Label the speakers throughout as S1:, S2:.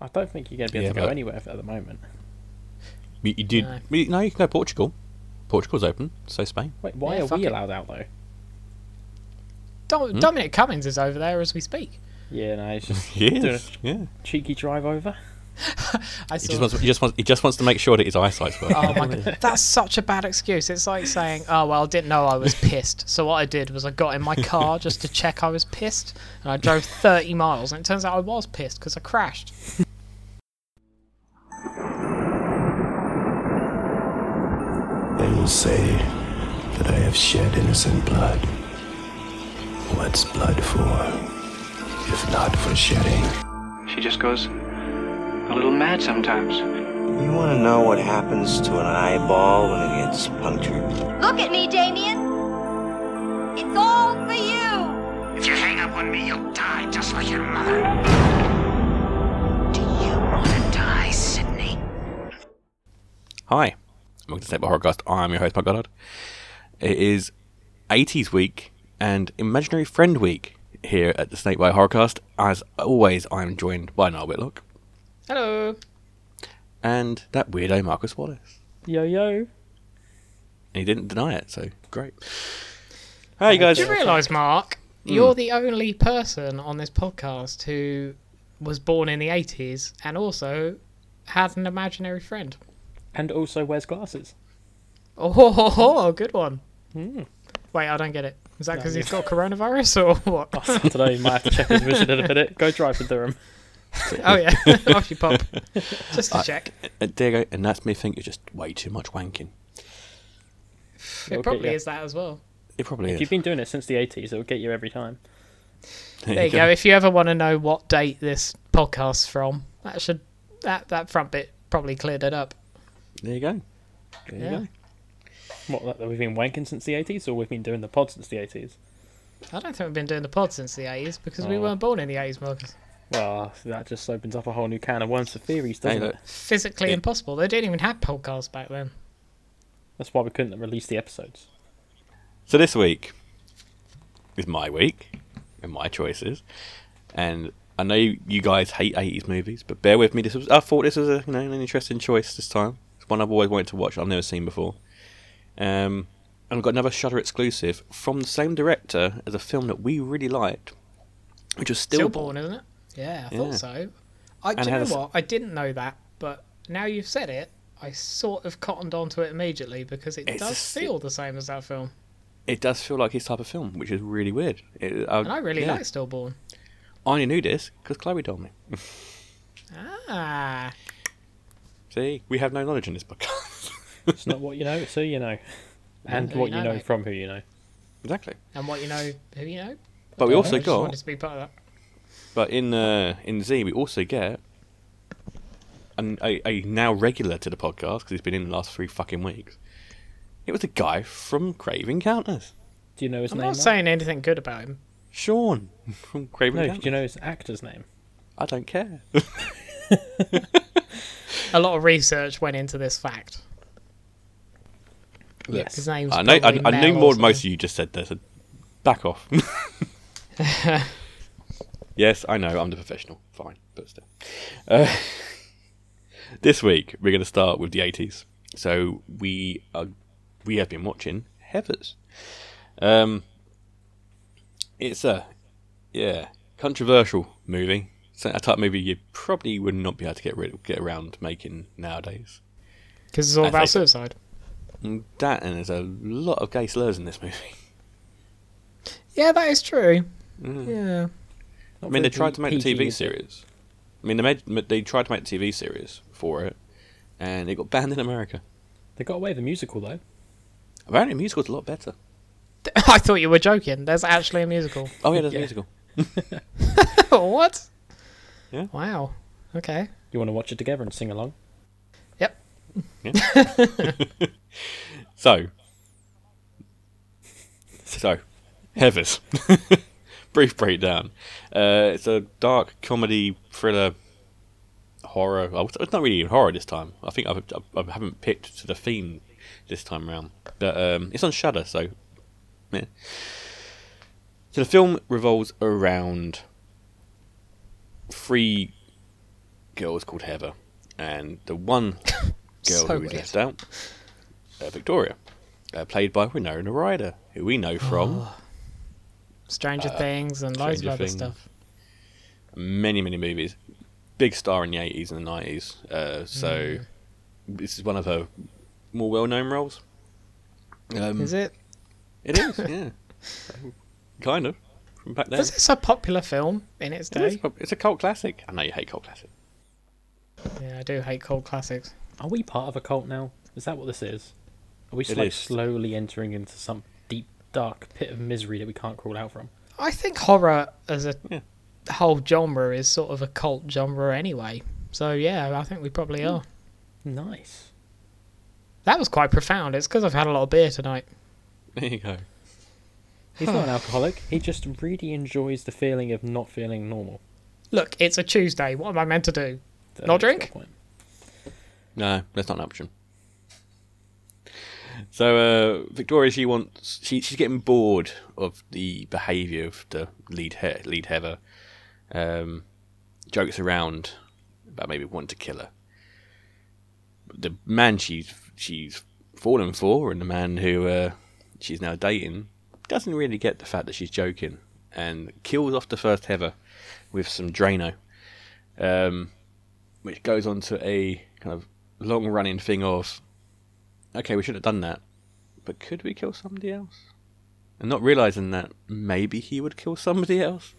S1: I don't think you're going to be able
S2: Yeah,
S1: to go
S2: but-
S1: anywhere at the moment.
S2: You, you did.
S3: No.
S2: we- No. you can go Portugal. Portugal's open. So Spain.
S1: Wait, why
S3: Yeah,
S1: are
S3: fuck
S1: we
S3: it.
S1: allowed out though?
S3: Dom-
S2: Hmm?
S3: Dominic Cummings is over there as we speak.
S1: Yeah, no, it's just doing
S2: Yes.
S1: a
S2: Yeah.
S1: cheeky drive over.
S3: I
S2: He
S3: saw.
S2: just, wants, he, just wants, he just wants to make sure that his eyesight's working.
S3: oh my god, that's such a bad excuse. It's like saying, "Oh well, I didn't know I was pissed." So what I did was I got in my car just to check I was pissed, and I drove 30 miles, and it turns out I was pissed because I crashed.
S4: They will say that I have shed innocent blood. What's blood for, if not for shedding?
S5: She just goes a little mad sometimes.
S6: You want to know what happens to an eyeball when it gets punctured?
S7: Look at me, Damien. It's all for you.
S5: If you hang up on me, you'll die just like your mother. Do you want to die, Sydney?
S2: Hi, welcome to Snake Horrorcast. I'm your host, Mark Goddard. It is 80s week and Imaginary Friend week here at the Snake Bite Horrorcast. As always, I'm joined by Niall Whitlock
S3: Hello.
S2: and that weirdo Marcus Wallace.
S1: Yo yo.
S2: And he didn't deny it, so great. How you guys?
S3: Do you realise, Mark,
S2: Hmm.
S3: you're the only person on this podcast who was born in the 80s and also had an imaginary friend?
S1: And also wears glasses.
S3: Oh, ho, ho, ho, good one.
S2: Hmm.
S3: Wait, I don't get it. Is that because he's got coronavirus or what?
S1: I don't know, you might have to check his vision in a minute. Go drive to Durham.
S3: oh yeah, off you pop. Just to check.
S2: Uh, there you go, and that's me thinking it's just way too much wanking.
S3: It
S1: okay,
S3: probably
S1: yeah.
S3: is that as well.
S2: It probably
S1: If
S2: is.
S1: you've been doing it since the 80s, it'll get you every time.
S3: There you go. If you ever want to know what date this podcast's from, that should that that front bit probably cleared it up.
S2: There you go. There you
S3: Yeah.
S2: go.
S1: What, that we've been wanking since the 80s, or we've been doing the pod since the 80s?
S3: I don't think we've been doing the pod since the 80s because we weren't born in the 80s, Marcus.
S1: Well, that just opens up a whole new can of worms for theories,
S2: Hey,
S1: doesn't
S2: look,
S1: it?
S3: Physically
S2: Yeah.
S3: impossible. They didn't even have podcasts back then.
S1: That's why we couldn't release the episodes.
S2: So this week is my week and my choices, and I know you you guys hate eighties movies, but bear with me. This was I thought this was a you know an interesting choice this time. It's one I've always wanted to watch. I've never seen before. Um, and we've got another Shutter exclusive from the same director as a film that we really liked, which was still
S3: Stillborn, isn't it? Yeah, I
S2: Yeah.
S3: thought so. I do
S2: it
S3: you know
S2: has-
S3: what? I didn't know that, but now you've said it, I sort of cottoned onto it immediately because it
S2: It's
S3: does
S2: a s-
S3: feel the same as that film,
S2: It does feel like his type of film, which is really weird. It, I,
S3: and I really
S2: yeah.
S3: like Stillborn.
S2: I only knew this because Chloe told me.
S3: Ah,
S2: See, we have no knowledge in this podcast.
S1: It's not what you know, it's who you know. And
S3: Who
S1: what
S3: you
S1: you
S3: know,
S1: know
S3: mate.
S1: from who you know.
S2: exactly.
S3: and what you know, who you know.
S2: But we
S3: I
S2: also
S3: just
S2: got
S3: wanted to be part of that.
S2: But in uh, in Z, we also get an, a, a now regular to the podcast because he's been in the last three fucking weeks. It was a guy from Crave Encounters,
S1: Do you know his
S3: I'm
S1: name?
S3: not
S1: Mark?
S3: saying anything good about him.
S2: Sean from Crave
S1: No, do
S2: Encounters.
S1: you know his actor's name?
S2: I don't care.
S3: A lot of research went into this fact.
S1: Yes.
S3: His name's
S2: I know. I,
S3: probably
S2: I knew
S3: Mel
S2: more
S3: or
S2: than most of
S3: something.
S2: you just said there. So back off. yes, I know. I'm the professional. Fine, but still. Uh, this week we're going to start with the 80s. So we are, we have been watching Heathers. Um, it's a yeah controversial movie. It's a type of movie you probably would not be able to get rid get around making nowadays.
S3: Because it's all
S2: I
S3: about
S2: think-
S3: suicide.
S2: And that and there's a lot of gay slurs in this movie.
S3: Yeah, that is true. Yeah.
S2: Mm. I mean, they
S1: very
S2: tried to make the
S1: PG,
S2: TV
S1: is it?
S2: series. I mean, they made they tried to make the TV series for it, and it got banned in America.
S1: They got away with the musical, though.
S2: Apparently, the musical's a lot better.
S3: I thought you were joking. There's actually a musical.
S2: Oh yeah, there's
S1: Yeah.
S2: a musical.
S3: what?
S2: Yeah.
S3: Wow. Okay.
S1: You want to watch it together and sing along?
S3: Yep.
S2: So, so Heathers. Brief breakdown. Uh, it's a dark comedy thriller horror. Oh, It's not really even horror this time. I think I've, I've, I haven't picked to the theme this time round. But um, it's on Shudder, so yeah. So the film revolves around three girl was called Heather, and the one girl
S3: So
S2: who we
S3: weird.
S2: left out, uh, Victoria, uh, played by Winona Ryder, who we know
S3: Oh.
S2: from
S3: Stranger Things and loads of
S2: Uh, Stranger
S3: other
S2: Things.
S3: stuff.
S2: many, many movies. Big star in the 80s and the 90s, uh, so
S3: Mm.
S2: this is one of her more well known roles. Um,
S3: Is it?
S2: It is, yeah. So, kind of, from back then.
S3: Was this a popular film in its
S2: It is
S3: day?
S2: prob- it's a cult classic. I know you hate cult classics.
S3: Yeah, I do hate cold classics.
S1: Are we part of a cult now? Is that what this is? Are we just
S2: It
S1: like
S2: is.
S1: slowly entering into some deep, dark pit of misery that we can't crawl out from?
S3: I think horror as a
S2: Yeah.
S3: whole genre is sort of a cult genre anyway. So yeah, I think we probably
S2: Hmm.
S3: are.
S1: Nice.
S3: That was quite profound. It's because I've had a lot of beer tonight.
S2: There you go.
S1: He's not an alcoholic. He just really enjoys the feeling of not feeling normal.
S3: Look, it's a Tuesday. What am I meant to do?
S1: That
S3: Not
S1: is your
S3: drink?
S1: point.
S2: No, that's not an option. So uh, Victoria, she wants she, she's getting bored of the behaviour of the lead he- lead Heather. Um, jokes around about maybe wanting to kill her. The man she's she's fallen for, and the man who uh, she's now dating, doesn't really get the fact that she's joking, and kills off the first Heather with some Drano. Um, which goes on to a kind of long running thing of okay, we should have done that, but could we kill somebody else? And not realizing that maybe he would kill somebody else.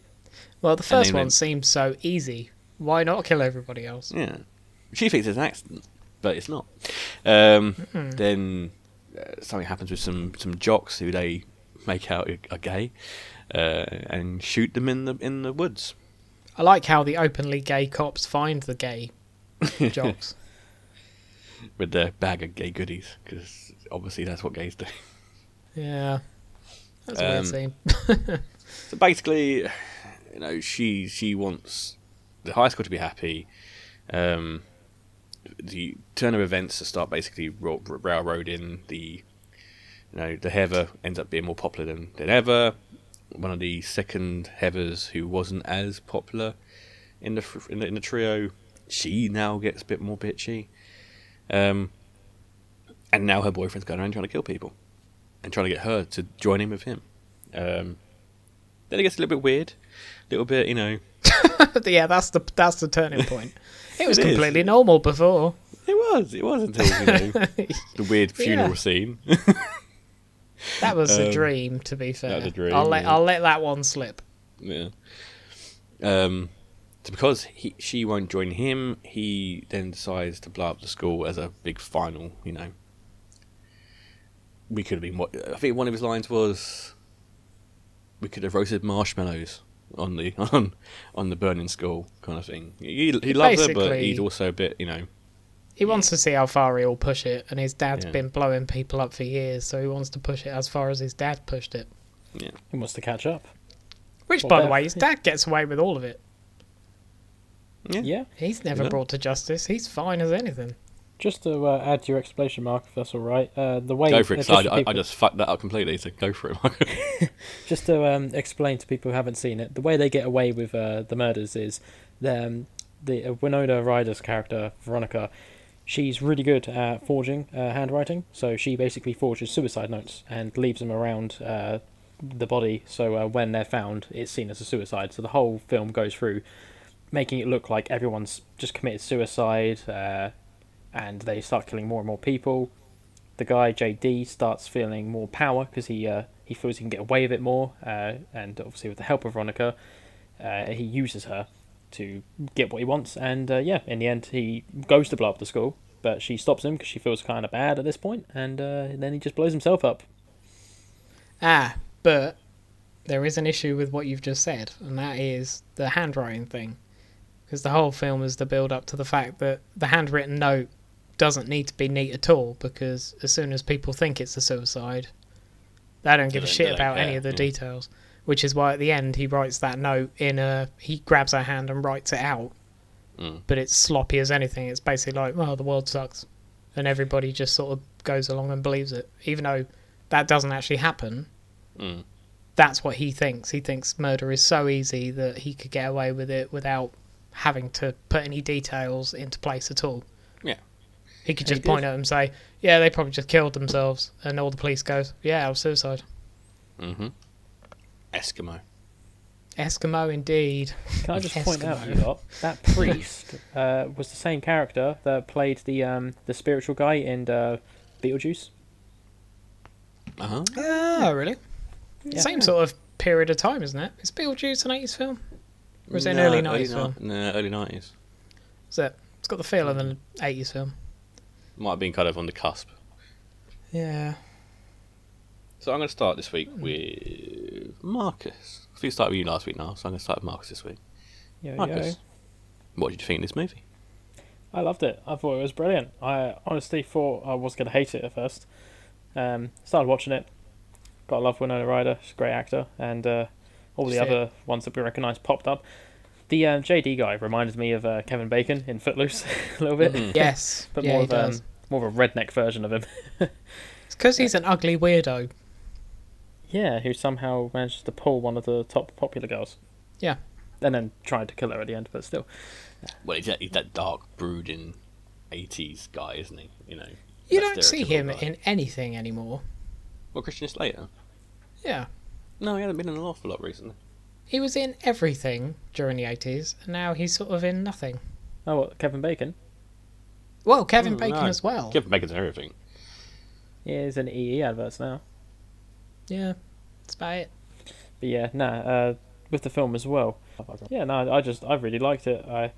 S3: Well, the first
S2: anyway.
S3: one seemed so easy. Why not kill everybody else?
S2: Yeah. She thinks it's an accident, but it's not. Um, Then uh, something happens with some, some jocks who they make out are gay uh, and shoot them in the in the woods.
S3: I like how the openly gay cops find the gay jocks.
S2: with their bag of gay goodies because obviously that's what gays do.
S3: yeah. That's a
S2: Um,
S3: weird scene.
S2: So basically, you know, she she wants the high school to be happy. Um, the turn of events to start basically ro- railroading the, you know, the Heather ends up being more popular than, than ever. One of the second Heathers who wasn't as popular in the fr- in the, in the trio, she now gets a bit more bitchy. Um, and now her boyfriend's going around trying to kill people, and trying to get her to join in with him. Um, then it gets a little bit weird, a little bit, you know.
S3: yeah, that's the that's the turning point. It was
S2: It is.
S3: completely normal before.
S2: It was, it was until you know the weird funeral
S3: Yeah.
S2: scene.
S3: That was a
S2: Um,
S3: dream, to be fair.
S2: was a dream,
S3: I'll let
S2: yeah.
S3: I'll let that one slip.
S2: yeah. Um, so because he, she won't join him, he then decides to blow up the school as a big final. You know, we could have been. What I think one of his lines was, "We could have roasted marshmallows on the on on the burning school," kind of thing. He, he loves her, but
S3: Basically-
S2: he's also a bit, you know.
S3: He wants to see how far he'll push it, and his dad's
S2: Yeah.
S3: been blowing people up for years, so he wants to push it as far as his dad pushed it.
S1: He wants to catch up.
S3: Which,
S1: Well,
S3: by the
S1: that-
S3: way, his dad gets away with all of it.
S1: Yeah.
S3: He's never
S2: Yeah.
S3: brought to justice. He's fine as anything.
S1: Just to uh, add to your explanation, Mark, if that's all right. Uh, the way
S2: Go for
S1: uh,
S2: it. 'cause
S1: for
S2: I, I, I
S1: people-
S2: just fucked that up completely. So go for it.
S1: just to um, explain to people who haven't seen it, the way they get away with uh, the murders is the, um, the uh, Winona Ryder's character Veronica. She's really good at forging uh, handwriting, so she basically forges suicide notes and leaves them around uh, the body. So uh, when they're found, it's seen as a suicide. So the whole film goes through making it look like everyone's just committed suicide, uh, and they start killing more and more people the guy JD starts feeling more power because he uh, he feels he can get away with it more, uh, and obviously with the help of Veronica, uh, he uses her to get what he wants. And uh, yeah, in the end, he goes to blow up the school, but she stops him because she feels kind of bad at this point, and uh, then he just blows himself up.
S3: Ah, but there is an issue with what you've just said, and that is the handwriting thing. Because the whole film is the build up to the fact that the handwritten note doesn't need to be neat at all, because as soon as people think it's a suicide, they don't give a
S2: don't-
S3: shit
S2: they don't
S3: about any
S2: care,
S3: of the
S2: yeah.
S3: details. Which is why at the end he writes that note in a. He grabs her hand and writes it out.
S2: Mm.
S3: But it's sloppy as anything. It's basically like, well, the world sucks. And everybody just sort of goes along and believes it. Even though that doesn't actually happen, that's what he thinks. He thinks murder is so easy that he could get away with it without having to put any details into place at all.
S2: Yeah.
S3: He could
S1: He
S3: just
S1: did.
S3: point at them and say, "Yeah, they probably just killed themselves," and all the police goes, "Yeah, it was suicide."
S2: Mm-hmm. Eskimo.
S3: Eskimo, indeed.
S1: Can I just point out, you
S3: Eskimo.
S1: lot, that priest uh, was the same character that played the um, the spiritual guy in uh, Beetlejuice.
S2: Uh-huh.
S3: Oh, really?
S1: Ah, Yeah.
S3: Same sort of period of time, isn't it? Is Beetlejuice an 80s film? Or is it an
S2: No,
S3: early 90s film?
S2: ni- No, early 90s.
S3: Is it? It's got the feel of an 80s film.
S2: Might have been kind of on the cusp.
S3: Yeah.
S2: So I'm going to start this week
S3: Hmm.
S2: with Marcus. I think I started with you last week now, so I'm going to start with Marcus this week.
S1: Yo, yo.
S2: Marcus, what did you think of this movie?
S1: I loved it. I thought it was brilliant. I honestly thought I was going to hate it at first. Um, started watching it. Got to love Winona Ryder. She's a great actor. And uh, all the
S3: That's it.
S1: other ones that we recognise popped up. The um, JD guy reminded me of uh, Kevin Bacon in Footloose a little bit.
S3: Mm-hmm. Yes.
S1: But
S3: yeah,
S1: more,
S3: he
S1: of, um,
S3: does.
S1: more of a redneck version of him.
S3: It's because he's an ugly weirdo.
S1: Yeah, who somehow managed to pull one of the top popular girls.
S3: Yeah.
S1: And then tried to kill her at the end, but still.
S2: Well, he's that, he's that dark, brooding 80s guy, isn't he? You know.
S3: You
S2: that
S3: don't see
S2: stereotypical
S3: him
S2: guy.
S3: in anything anymore.
S2: Well, Christian Slater.
S3: Yeah.
S2: No, he hasn't been in an awful lot recently.
S3: He was in everything during the 80s, and now he's sort of in nothing.
S1: Oh, what, Kevin Bacon?
S3: Well, Kevin
S2: Mm,
S3: Bacon
S2: no.
S3: as well.
S2: Kevin Bacon's in everything.
S1: He is in EE adverts now.
S3: Yeah. That's about it.
S1: But yeah, nah, uh, with the film as well. Yeah, no, I just I really liked it. I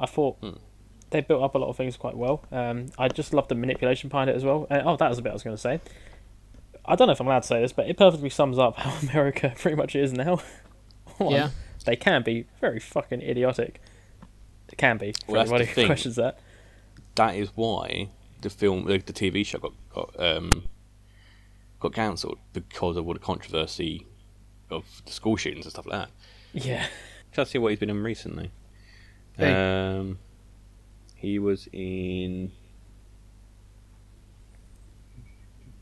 S1: I thought
S2: Hmm.
S1: they built up a lot of things quite well. Um, I just loved the manipulation behind it as well. Uh, oh, that was a bit I was going to say. I don't know if I'm allowed to say this, but it perfectly sums up how America pretty much is now. One,
S3: Yeah.
S1: they can be very fucking idiotic. It can be. For
S2: Well, that's the
S1: anybody who
S2: thing.
S1: questions that.
S2: That is why the film, the, the TV show got got, um, got cancelled because of all the controversy of the school shootings and stuff like that.
S1: Yeah.
S2: Can I see what he's been in recently?
S3: Who?
S2: Um, he was in.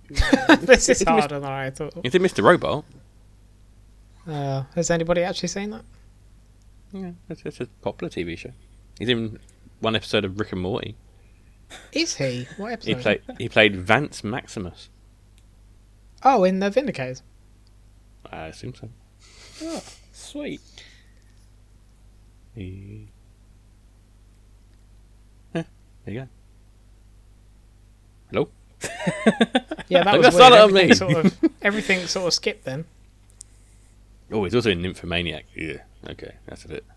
S3: this is
S2: It's mis-
S3: harder than I thought.
S2: Is it Mr. Robot?
S3: Uh, has anybody actually seen that?
S2: Yeah, it's, it's a popular TV show. He's in one episode of Rick and Morty.
S3: Is he? What episode?
S2: He played he played Vance Maximus.
S3: Oh, in The Vindicators.
S2: I assume so.
S1: Sweet.
S2: He... Yeah, there you go. Hello.
S3: Yeah, that
S2: Look, that's
S3: was
S2: not
S3: weird.
S2: what I
S3: everything, sort of, everything sort of skipped then.
S2: Oh, he's also in Nymphomaniac. Yeah. Okay, that's a bit.
S3: I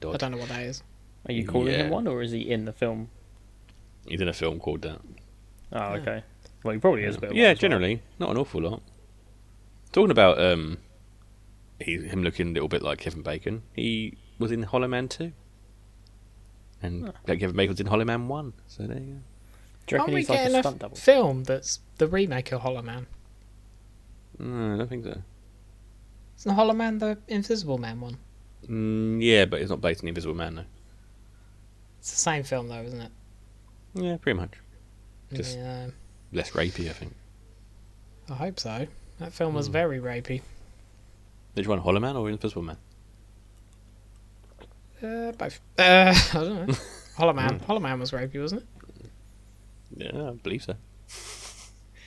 S2: Dodgy.
S3: don't know what that is.
S1: Are you calling
S2: Yeah.
S1: him one, or is he in the film?
S2: He's in a film called that.
S1: Oh, okay. Well, he probably is a bit. of one
S2: yeah,
S1: as well.
S2: generally not an awful lot. Talking about um, he, him looking a little bit like Kevin Bacon. He was in Hollow Man two, and like Kevin Bacon was in Hollow Man one. So there you
S1: Do you reckon
S3: Aren't we
S1: he's like
S3: getting
S1: a
S3: a,
S1: stunt double?
S3: film that's the remake of Hollow Man?
S2: go. No, I don't think so.
S3: Isn't Hollow Man the Invisible Man one?
S2: Mm, yeah, but it's not based on the Invisible Man
S3: It's the same film though, isn't it?
S2: though. Yeah, pretty much. Just-
S3: Yeah,
S2: Less rapey, I think.
S3: I hope so. That film was very rapey.
S2: Did you want Hollow Man or Invisible Man?
S3: Uh, both. Uh, I don't know. Hollow Man. Hollow Man was rapey, wasn't it?
S2: Yeah, I believe so.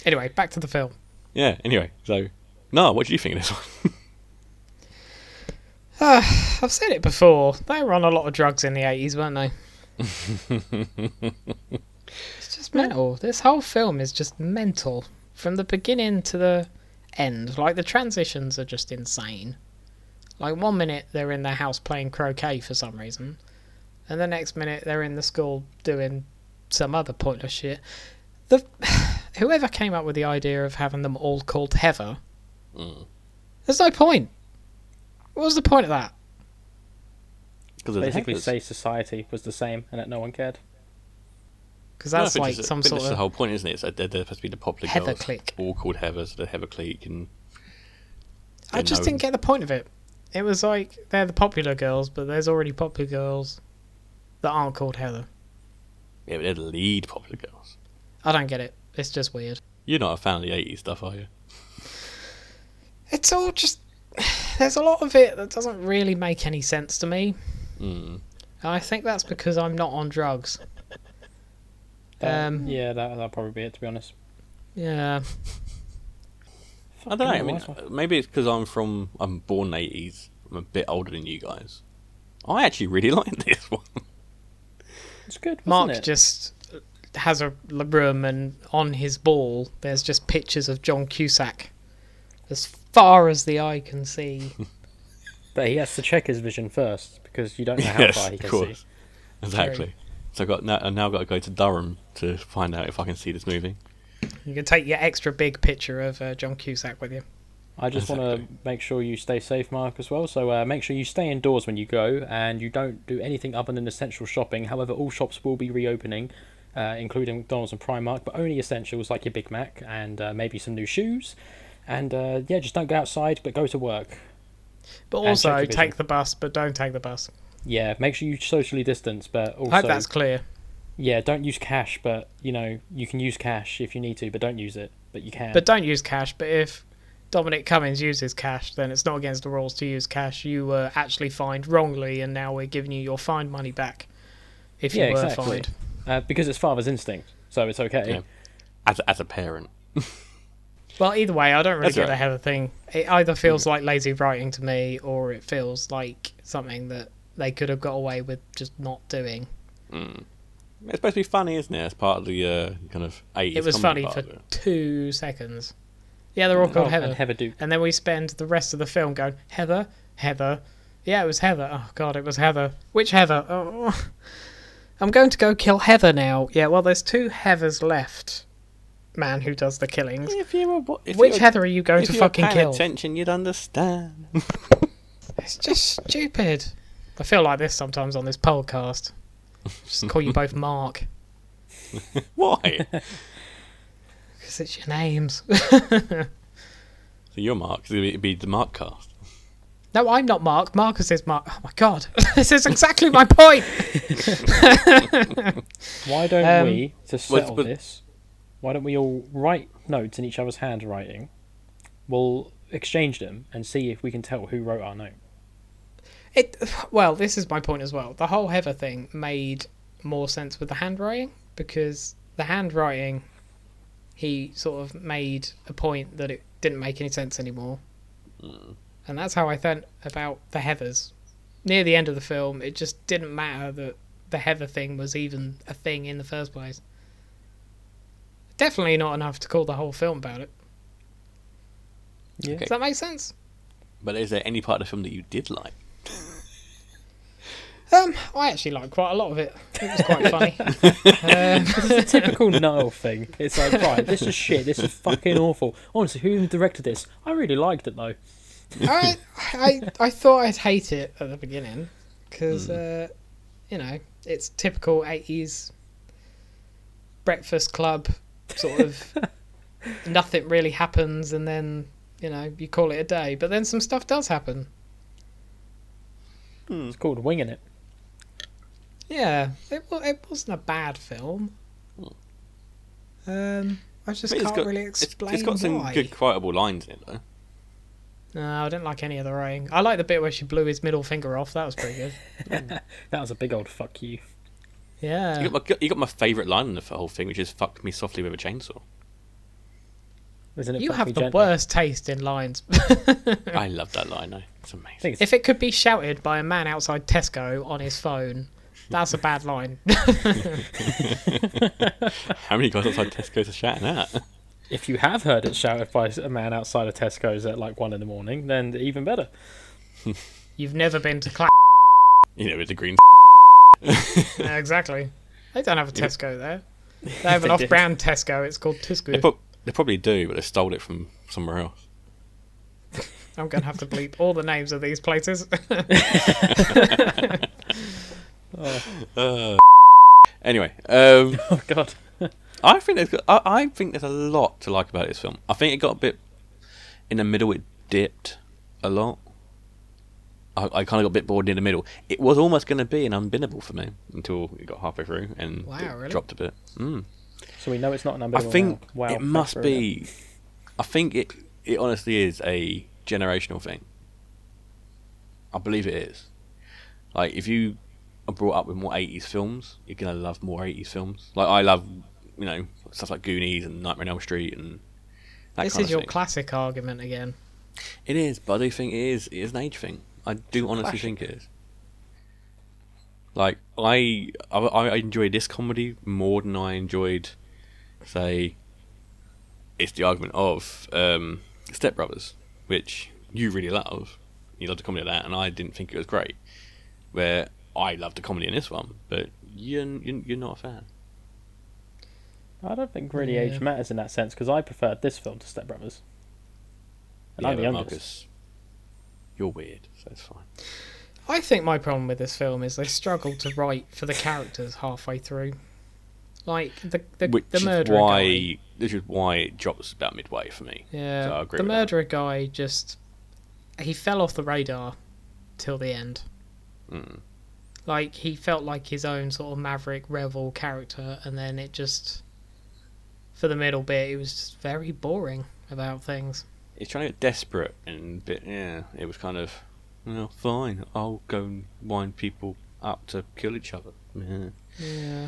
S3: Anyway, back to the film.
S2: Yeah. Anyway, so no, what do you think of this one?
S3: I've said it before. They were on a lot of drugs in the eighties, weren't they? it's just mental. This whole film is just mental from the beginning to the end. Like the transitions are just insane. Like one minute they're in their house playing croquet for some reason, and the next minute they're in the school doing some other pointless shit. The whoever came up with the idea of having them all called Heather, there's no point. What was the point of that?
S2: Because of
S1: Basically,
S2: heifers.
S1: say society was the same and that no one cared.
S3: Because
S2: No,
S3: that's
S2: I think
S3: like
S2: this is- I
S3: some
S2: think
S3: sort
S2: this is the
S3: of.
S2: whole point, isn't it? It's that they're, they're supposed to be the popular
S3: Heather
S2: girls,
S3: clique.
S2: all called Heathers, the Heather clique, and
S3: I just didn't get the point of it. It was like they're the popular girls, but there's already popular girls that aren't called Heather.
S2: Yeah, but they're the lead popular girls.
S3: I don't get it. It's just weird.
S2: You're not a fan of the 80s stuff, are you?
S3: It's all just. There's a lot of it that doesn't really make any sense to me. I think that's because I'm not on drugs.
S1: That-
S3: Um,
S1: yeah, that, that'll probably be it, to be honest.
S3: Yeah.
S2: I don't know. I
S1: Fucking
S2: mean,
S1: hell, that's-
S2: maybe it's because I'm from I'm born eighties. I'm a bit older than you guys. I actually really like this one.
S1: it's good, wasn't
S3: Mark
S1: it?
S3: just has a l- room, and on his wall, there's just pictures of John Cusack, as far as the eye can see.
S1: But he has to check his vision first because you don't know how
S2: yes,
S1: far he
S2: of
S1: can
S2: course,
S1: see.
S2: exactly. So I got now, I now got to go to Durham to find out if I can see this movie.
S3: You can take your extra big picture of uh, John Cusack with you.
S1: I just want
S2: Exactly.
S1: to make sure you stay safe, Mark, as well. So uh, make sure you stay indoors when you go and you don't do anything other than essential shopping. However, all shops will be reopening, uh, including McDonald's and Primark, but only essentials like your Big Mac and uh, maybe some new shoes. And uh, yeah, just don't go outside, but go to work.
S3: But
S1: And check
S3: also
S1: your vision.
S3: take the bus, but don't take the bus.
S1: Yeah, make sure you socially distance, but also
S3: I hope that's clear.
S1: yeah, don't use cash. But you know you can use cash if you need to, but don't use it. But you can.
S3: But don't use cash. But if Dominic Cummings uses cash, then it's not against the rules to use cash. You were actually fined wrongly, and now we're giving you your fine money back if you
S1: yeah,
S3: were
S1: exactly.
S3: fined.
S1: Uh, because it's father's instinct, so it's okay.
S2: Yeah. As as a parent,
S3: Well, either way, I don't really
S2: That's
S3: get
S2: right.
S3: the head of the thing. It either
S1: Mm.
S3: feels like lazy writing to me, or it feels like something that they could have got away with just not doing.
S2: it's supposed to be funny, isn't it? As part of the uh, kind of eighties.
S3: It was funny for two seconds. Yeah, they're all
S1: Oh,
S3: called
S1: and
S3: Heather.
S1: Heather Duke.
S3: And then we spend the rest of the film going, Heather, Heather. Yeah, it was Heather. Oh, God, it was Heather. Which Heather? Oh. I'm going to go kill Heather now. Yeah, well, there's two Heathers left, man who does the killings.
S2: If you were, what- if
S3: Which
S2: you were,
S3: Heather are you going
S2: if
S3: to
S2: you were
S3: fucking
S2: paying
S3: kill?
S2: attention, you'd understand.
S3: It's just stupid. I feel like this sometimes on this podcast. Just call you both Mark
S2: Why? so
S3: because it's your names.
S2: you're Mark. So it'd be the Mark cast.
S3: no, I'm not Mark. Marcus is Mark. Oh my god, this is exactly my point.
S1: Why don't
S3: Um,
S1: we to settle
S2: but-
S1: this? Why don't we all write notes in each other's handwriting? We'll exchange them and see if we can tell who wrote our note.
S3: It well, this is my point as well. The whole Heather thing made more sense with the handwriting because the handwriting, he sort of made a point that it didn't make any sense anymore, and that's how I felt about the Heathers. Near the end of the film, it just didn't matter that the Heather thing was even a thing in the first place. Definitely not enough to call the whole film about it.
S1: Yeah.
S3: Does that make sense?
S2: But is there any part of the film that you did like?
S3: Um, I actually liked quite a lot of it. It was quite funny. um,
S1: It's a typical Noel thing. It's like, right, this is shit. This is fucking awful. Honestly, who directed this? I really liked it though.
S3: I, I, I thought I'd hate it at the beginning because,
S2: Hmm.
S3: uh, you know, it's typical eighties breakfast club sort of. nothing really happens, and then you know you call it a day. But then some stuff does happen. Hmm.
S1: It's called Winging It.
S3: Yeah, it wa- it wasn't a bad film. Um, I just
S2: But
S3: can't really
S2: Hmm. it's-
S3: explain
S2: it's got some
S3: why.
S2: good quotable lines in it, though.
S3: No, I didn't like any of the writing. I like the bit where she blew his middle finger off. That was pretty good.
S1: That was a big old fuck you.
S3: Yeah.
S2: You got my, you got my favourite line in the whole thing, which is "fuck me softly with a chainsaw."
S1: Isn't it?
S3: You
S1: fuck
S3: have
S1: me
S3: the
S1: gently?
S3: worst taste in lines.
S2: I love that line. Though. It's amazing.
S1: I think it's
S3: if it could be shouted by a man outside Tesco on his phone, that's a bad line.
S2: How many guys outside Tesco's are shouting that?
S1: if you have heard it shouted by a man outside of Tesco's at like one in the morning, then even better.
S3: You've never been to class.
S2: You know, with the green.
S3: exactly. They don't have a Tesco there. They have an
S1: They do.
S3: off-brand Tesco. It's called
S2: They,
S3: Tesco.
S2: prob- they probably do, but they stole it from somewhere else.
S3: I'm going to have to bleep all the names of these places.
S2: Uh, Anyway, um,
S1: Oh god.
S2: I think there's got, I, I think there's a lot to like about this film. I think it got a bit in the middle. It dipped a lot. I, I kind of got a bit bored in the middle. It was almost going to be an unbinnable for me until it got halfway through and
S3: Wow,
S2: it
S3: really?
S2: dropped a bit. Mm.
S1: So we know it's not an
S2: I
S1: unbeatable
S2: think
S1: now. Wow,
S2: it must
S1: thanks for
S2: be. I think it. It honestly is a generational thing. I believe it is. Like if you are brought up with more 80s films, you're going to love more 80s films. Like, I love, you know, stuff like Goonies and Nightmare on Elm Street and that
S3: This
S2: kind
S3: is
S2: of
S3: your
S2: thing.
S3: classic argument again.
S2: It is, but I do think it is. It is an age thing. I do honestly think it is. Like I, I, I enjoy this comedy more than I enjoyed, say, it's the argument of um, Step Brothers, which you really love. You love the comedy of that, and I didn't think it was great. Where I loved the comedy in this one, but you're you're, you're not a fan.
S1: I don't think really
S3: Yeah.
S1: age matters in that sense because I preferred this film to Step Brothers. And I'm the
S2: but
S1: youngest.
S2: Marcus, you're weird, so it's fine.
S3: I think my problem with this film is they struggle to write for the characters halfway through. Like the the,
S2: which
S3: the
S2: is
S3: murderer
S2: why
S3: guy.
S2: this is why it drops about midway for me.
S3: Yeah,
S2: So I agree
S3: the
S2: with that.
S3: murderer guy just he fell off the radar till the end.
S2: Mm.
S3: Like he felt like his own sort of maverick rebel character, and then it just for the middle bit it was just very boring about things.
S2: It's trying to get desperate and bit yeah. It was kind of well, fine. I'll go and wind people up to kill each other. Yeah.
S3: Yeah,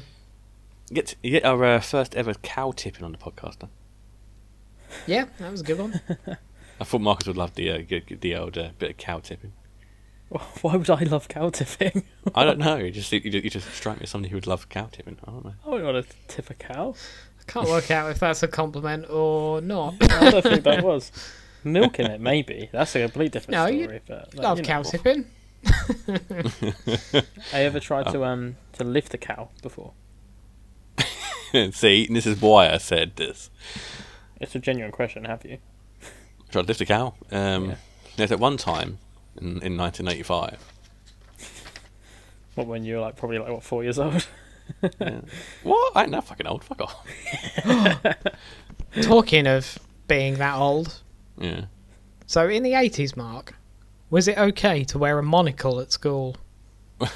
S2: You Get you get our uh, first ever cow tipping on the podcast. Huh?
S3: yeah, that was a good one.
S2: I thought Marcus would love the uh, g- g- the old uh, bit of cow tipping.
S1: Why would I love cow tipping?
S2: I don't know. It just it, it just strikes me as somebody who would love cow tipping. I don't know.
S1: I wouldn't want to tip a cow.
S3: Can't work out if that's a compliment or not.
S1: I don't think that was. Milking it, maybe. That's a complete different
S3: No, you
S1: story. But, like,
S3: Love
S1: you know.
S3: cow tipping.
S1: I ever tried
S2: Oh.
S1: to um to lift a cow before.
S2: See, and this is why I said this.
S1: It's a genuine question, have you?
S2: tried to lift a cow. Um,
S1: Yeah.
S2: There's at one time in, in 1985.
S1: What when you were like probably like what four years old?
S2: What? I ain't that fucking old. Fuck off.
S3: Talking of being that old,
S2: Yeah.
S3: so in the eighties, Mark, was it okay to wear a monocle at school?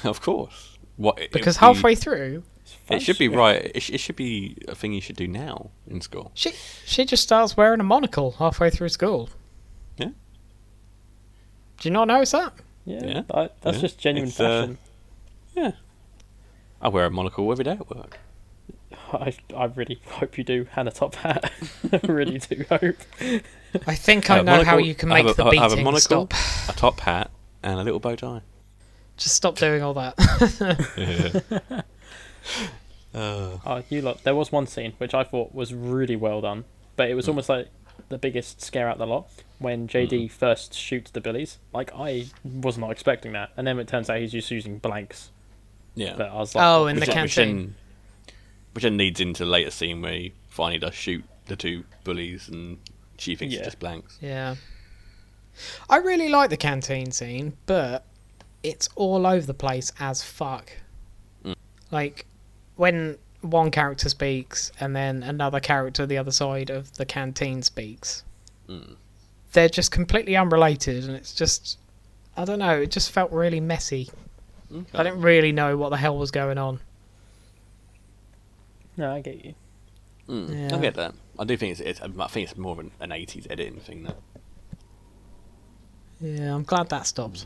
S2: of course. What? it-
S3: Because
S2: it would be-
S3: halfway through,
S2: It should be right. It, sh- it should be a thing you should do now in school.
S3: she she just starts wearing a monocle halfway through school.
S2: Yeah.
S3: Do you not notice that?
S1: Yeah,
S2: Yeah,
S1: I, that's
S2: yeah.
S1: just genuine
S2: It's, uh,
S1: fashion.
S2: I wear a monocle every day at work.
S1: I I really hope you do, Hannah Top Hat. I really do hope.
S3: I think I
S2: have a
S3: know how
S2: monocle-
S3: you can
S2: I have
S3: make
S2: a-
S3: the
S2: I
S3: beating
S2: have a monocle.
S3: stop.
S2: A top hat and a little bow tie.
S3: Just stop doing all that.
S1: Oh, you lot. There was one scene which I thought was really well done, but it was almost like the biggest scare out the lot when JD first shoots the Billies. Like I was not expecting that, and then it turns out he's just using blanks.
S2: Yeah.
S1: But I was like,
S3: oh, in the
S2: Which then- which
S3: canteen.
S2: then- Which then leads into the later scene where he finally does shoot the two bullies and she thinks
S1: Yeah.
S2: it's just blanks.
S3: Yeah. I really like the canteen scene, but it's all over the place as fuck.
S2: Mm.
S3: Like when one character speaks and then another character the other side of the canteen speaks.
S2: Mm.
S3: They're just completely unrelated and it's just I don't know, it just felt really messy. I didn't really know what the hell was going on.
S1: no, I get you.
S3: Yeah.
S2: I get that. I do think it's, it's I think it's more of an, an 80s editing thing though.
S3: Yeah, I'm glad that stopped.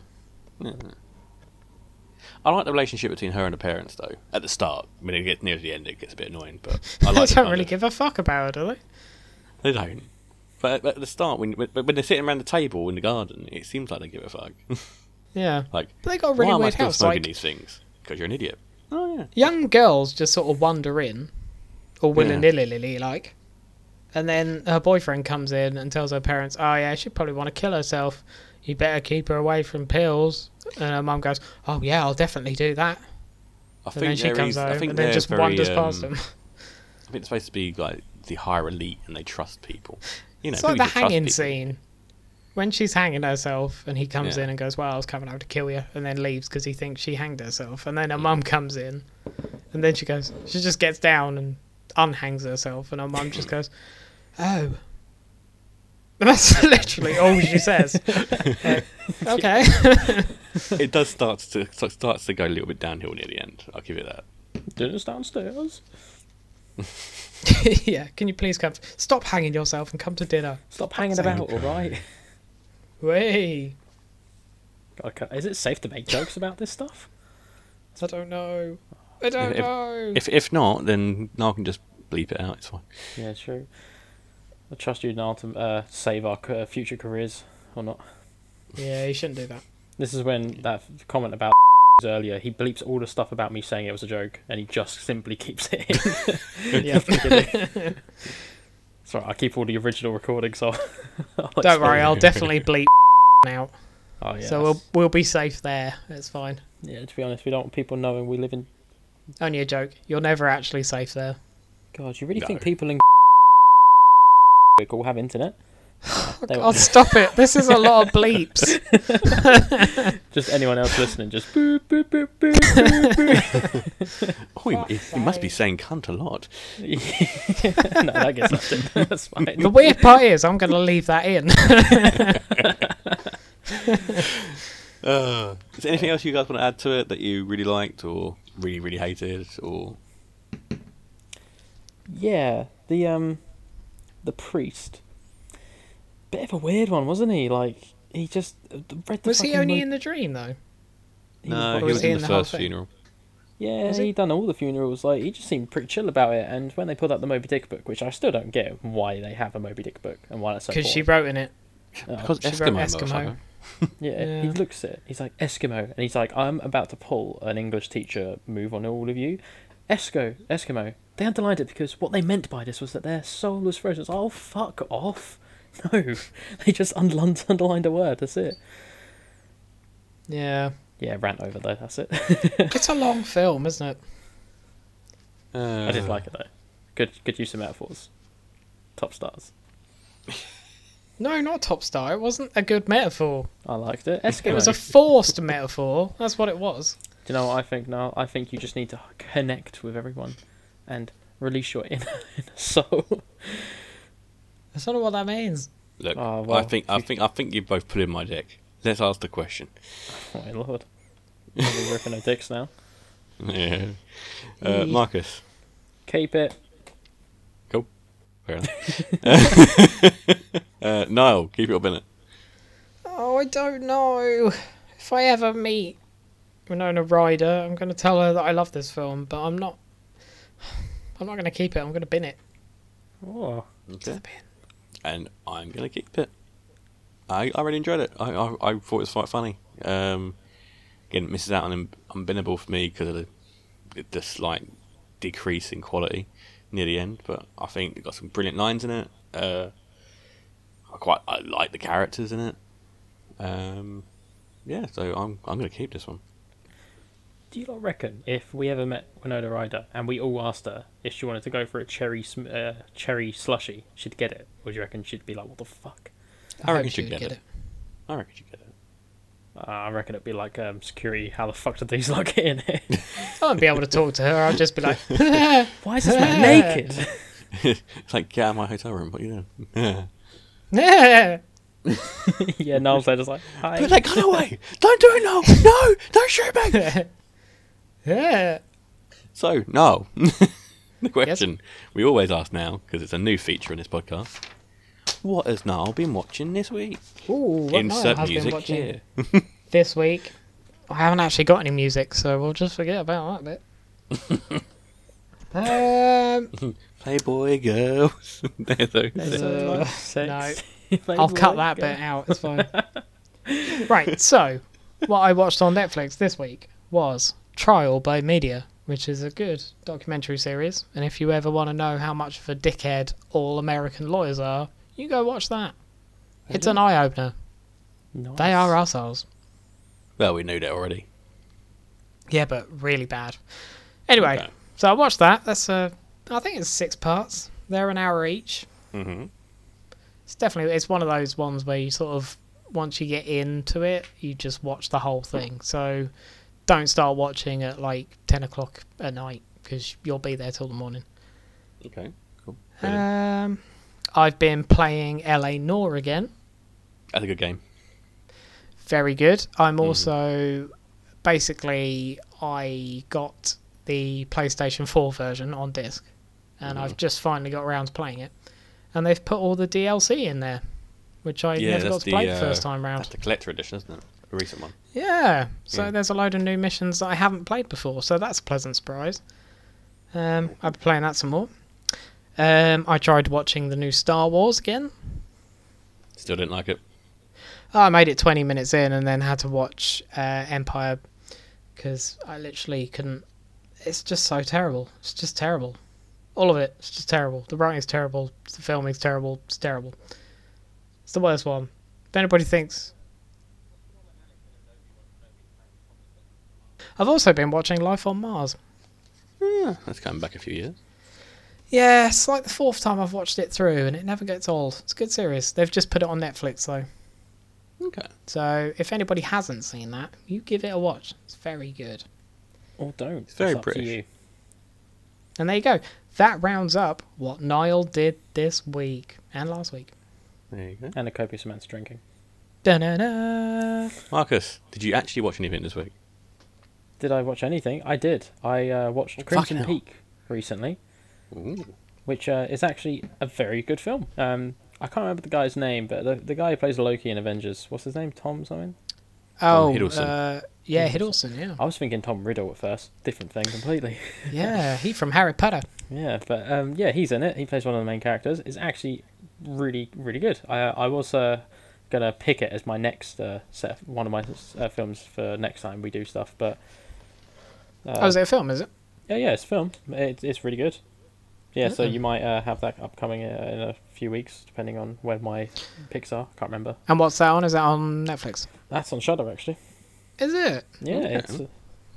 S2: I like the relationship between her and her parents, though. At the start, when it gets near to the end, it gets a bit annoying. But I like
S3: they
S2: the
S3: don't
S2: kind
S3: really
S2: of-
S3: give a fuck about it, do they?
S2: They don't. But at- but at the start, when when when they're sitting around the table in the garden, it seems like they give a fuck.
S3: Yeah.
S2: like,
S3: But they got a really
S2: why am I
S3: weird
S2: still
S3: house.
S2: smoking
S3: Like,
S2: these things? Because you're an idiot. Oh yeah.
S3: young girls just sort of wander in, or willy
S2: Yeah.
S3: nilly nilly like, and then her boyfriend comes in and tells her parents, "Oh yeah, she probably want to kill herself. You better keep her away from pills." And her mum goes, "Oh yeah, I'll definitely do that."
S2: I
S3: And then she
S2: there
S3: comes
S2: is- I
S3: home
S2: think
S3: and then
S2: they're
S3: just
S2: very,
S3: wanders past
S2: um,
S3: them.
S2: I think it's supposed to be like the higher elite, and they trust people. You know,
S3: It's like
S2: people
S3: the
S2: just trust
S3: hanging
S2: people.
S3: scene. When she's hanging herself, and he comes
S2: Yeah.
S3: in and goes, "Well, I was coming out to kill you," and then leaves because he thinks she hanged herself. And then her mum comes in, and then she goes, she just gets down and unhangs herself, and her mum just goes, "Oh." And that's literally all she says. Like, okay.
S2: It does start to so- starts to go a little bit downhill near the end. I'll give it that.
S1: Dinner's downstairs.
S3: yeah. Can you please come? Stop hanging yourself and come to dinner.
S1: Stop hanging about, all right?
S3: Way.
S1: Okay. Is it safe to make jokes about this stuff?
S3: I don't know. I don't
S2: If-
S3: know.
S2: If if not, then I can just bleep it out. It's fine.
S1: Yeah, true. I trust you now to uh, save our c- uh, future careers or not.
S3: yeah, you shouldn't do that.
S1: This is when that f- comment about earlier, he bleeps all the stuff about me saying it was a joke, and he just simply keeps it in.
S3: Yeah.
S1: Sorry, I keep all the original recordings. So I'll
S3: don't
S1: explain.
S3: worry, I'll definitely bleep out.
S1: Oh, yeah.
S3: So we'll we'll be safe there. It's fine.
S1: yeah, to be honest, we don't want people knowing we live in.
S3: Only a joke. You're never actually safe there.
S1: God, you really think
S2: No.
S1: people in all have internet? They
S3: Oh, stop it. This is a lot of bleeps.
S1: just anyone else listening, just boop boop boop boop. boop.
S2: Oh, he, he- he must be saying cunt a lot.
S1: no, that gets us in. That's
S3: The
S1: fine.
S3: weird part is, I'm going to leave that in.
S2: Is there anything else you guys want to add to it that you really liked or really really hated or
S1: Yeah, the um, the priest. Bit of a weird one, wasn't he? Like he just uh, read the.
S3: was he
S1: fucking
S3: only
S1: mo-
S3: in the dream though?
S1: he
S2: no?
S1: was
S2: He
S1: like-
S2: was, in, the,
S3: whole
S2: first
S3: thing?
S2: funeral.
S1: Yeah,
S3: Was
S1: he?
S3: he?
S1: done all the funerals. Like he just seemed pretty chill about it. And when they pulled out the Moby Dick book, which I still don't get why they have a Moby Dick book and why that's so.
S3: Because she
S1: important.
S3: wrote in it.
S2: Because
S3: she
S2: Eskimo,
S3: wrote
S2: motherfucker.
S3: Eskimo.
S1: Yeah, he
S3: Yeah.
S1: looks it. He's like Eskimo, and he's like, "I'm about to pull an English teacher move on all of you." Esco, Eskimo. They underlined it because what they meant by this was that their soul was frozen. It's like, oh, fuck off! No, they just underlined, underlined a word. That's it.
S3: Yeah.
S1: Yeah, rant over though. That's it.
S3: It's a long film, isn't it?
S2: Uh,
S1: I did like it though. Good, good use of metaphors. Top stars.
S3: No, not Top Star. It wasn't a good metaphor.
S1: I liked it. Eskimo.
S3: It was a forced metaphor. That's what it was.
S1: Do you know what I think now? I think you just need to connect with everyone, and release your inner, inner soul.
S3: I don't know what that means.
S2: Look,
S1: Oh, well,
S2: I think I think I think you both put in my deck. Let's ask the question.
S1: Oh, my lord. Are we ripping our dicks now?
S2: Yeah. Uh, Marcus.
S1: Keep it.
S2: Cool. Fair enough. uh, Niall, keep it up in it.
S3: Oh, I don't know. If I ever meet Winona Ryder, I'm going to tell her that I love this film, but I'm not. I'm not going to keep it. I'm going to bin it.
S1: Oh,
S2: Okay. And I'm gonna keep it. I, I really enjoyed it. I, I, I thought it was quite funny. Um, again, it misses out on un- unbinnable for me because of the, the, the slight decrease in quality near the end. But I think it got some brilliant lines in it. Uh, I quite I like the characters in it. Um, yeah, so I'm I'm gonna keep this one.
S1: do you lot reckon if we ever met Winona Ryder and we all asked her if she wanted to go for a cherry sm- uh, cherry slushy, she'd get it? Or do you reckon she'd be like, what the fuck?
S2: I,
S3: hope
S2: reckon you
S3: she
S2: should
S3: would
S2: get,
S3: get
S2: it. I reckon you should get it.
S1: Uh, I reckon it'd be like um, security. How the fuck did these lot get in here?
S3: I won't be able to talk to her. I'll just be like, yeah,
S1: Why is this man naked?
S2: it's like get out of my hotel room. What are you doing?
S1: yeah, Niall's there just like, hi.
S2: Put that gun away! Don't do it! No, no! Don't shoot me!
S3: yeah.
S2: So, no. the question we always ask now, because it's a new feature in this podcast what has Niall been watching this week?
S3: Ooh, what Niall
S2: Insert
S3: has been
S2: music
S3: watching
S2: here.
S3: this week. I haven't actually got any music, so we'll just forget about that bit. um,
S2: Playboy girls. There's those.
S3: so-
S1: Sex.
S3: I'll cut that bit out. It's fine. right. So, what I watched on Netflix this week was Trial by Media, which is a good documentary series. And if you ever want to know how much of a dickhead all American lawyers are, you go watch that. It's an eye opener.
S1: Nice.
S3: They are assholes.
S2: Well, we knew that already.
S3: Yeah, but really bad. Anyway,
S2: Okay.
S3: so I watched that. That's uh, I think it's six parts. They're an hour each.
S2: Mhm.
S3: It's definitely it's one of those ones where you sort of once you get into it, you just watch the whole thing. So don't start watching at like ten o'clock at night because you'll be there till the morning.
S2: Okay, cool. Brilliant.
S3: Um, I've been playing LA Noir again.
S2: That's a good game.
S3: very good. I'm
S2: Mm-hmm.
S3: also basically I got the PlayStation 4 version on disc, and
S2: Mm-hmm.
S3: I've just finally got around to playing it. And they've put all the DLC in there, which I
S2: Yeah,
S3: never
S2: that's
S3: got to
S2: the,
S3: play the
S2: uh,
S3: first time round.
S2: That's the collector edition, isn't it? a recent one.
S3: Yeah. So
S2: Yeah.
S3: there's a load of new missions that I haven't played before, so that's a pleasant surprise. Um, I'll be playing that some more. Um, I tried watching the new Star Wars again.
S2: Still didn't like it.
S3: Oh, I made it 20 minutes in and then had to watch uh, Empire because I literally couldn't. It's just so terrible. It's just terrible. All of it. It's just terrible. The writing's terrible. The filming's terrible. It's terrible. It's the worst one. If anybody thinks. I've also been watching Life on Mars. Hmm.
S2: Yeah, Ah, that's coming back a few years.
S3: Yeah, it's like the fourth time I've watched it through and it never gets old. It's a good series. They've just put it on Netflix though.
S2: Okay.
S3: So if anybody hasn't seen that, you give it a watch. It's very good.
S1: Or don't.
S2: It's very
S1: up to
S2: British.
S1: you.
S3: And there you go. That rounds up what Niall did this week and last week.
S2: There you go.
S1: And a copious amount of drinking.
S3: Da-na-na.
S2: Marcus, did you actually watch anything this week?
S1: Did I watch anything? I did. I uh, watched
S2: fucking
S1: Crimson
S2: hell.
S1: Peak recently,
S2: Ooh.
S1: which uh, is actually a very good film. Um, I can't remember the guy's name, but the, the guy who plays Loki in Avengers, what's his name? Tom something?
S3: Oh,
S2: Hiddleston.
S3: Uh, yeah, Hiddleston. Yeah,
S1: I was thinking Tom Riddle at first. Different thing completely.
S3: yeah. He from Harry Potter.
S1: Yeah, but um, yeah, he's in it. He plays one of the main characters. It's actually really, really good. I I was uh, gonna pick it as my next uh, set, of- one of my uh, films for next time we do stuff. But Uh,
S3: oh, is it a film? Is it?
S1: yeah, yeah, it's a film. It, it's really good. Yeah, so
S3: Mm.
S1: you might uh, have that upcoming uh, in a few weeks, depending on when my picks are. Can't remember.
S3: And what's that on? Is that on Netflix?
S1: That's on Shudder actually.
S3: Is it?
S1: Yeah,
S2: Okay.
S1: it's uh,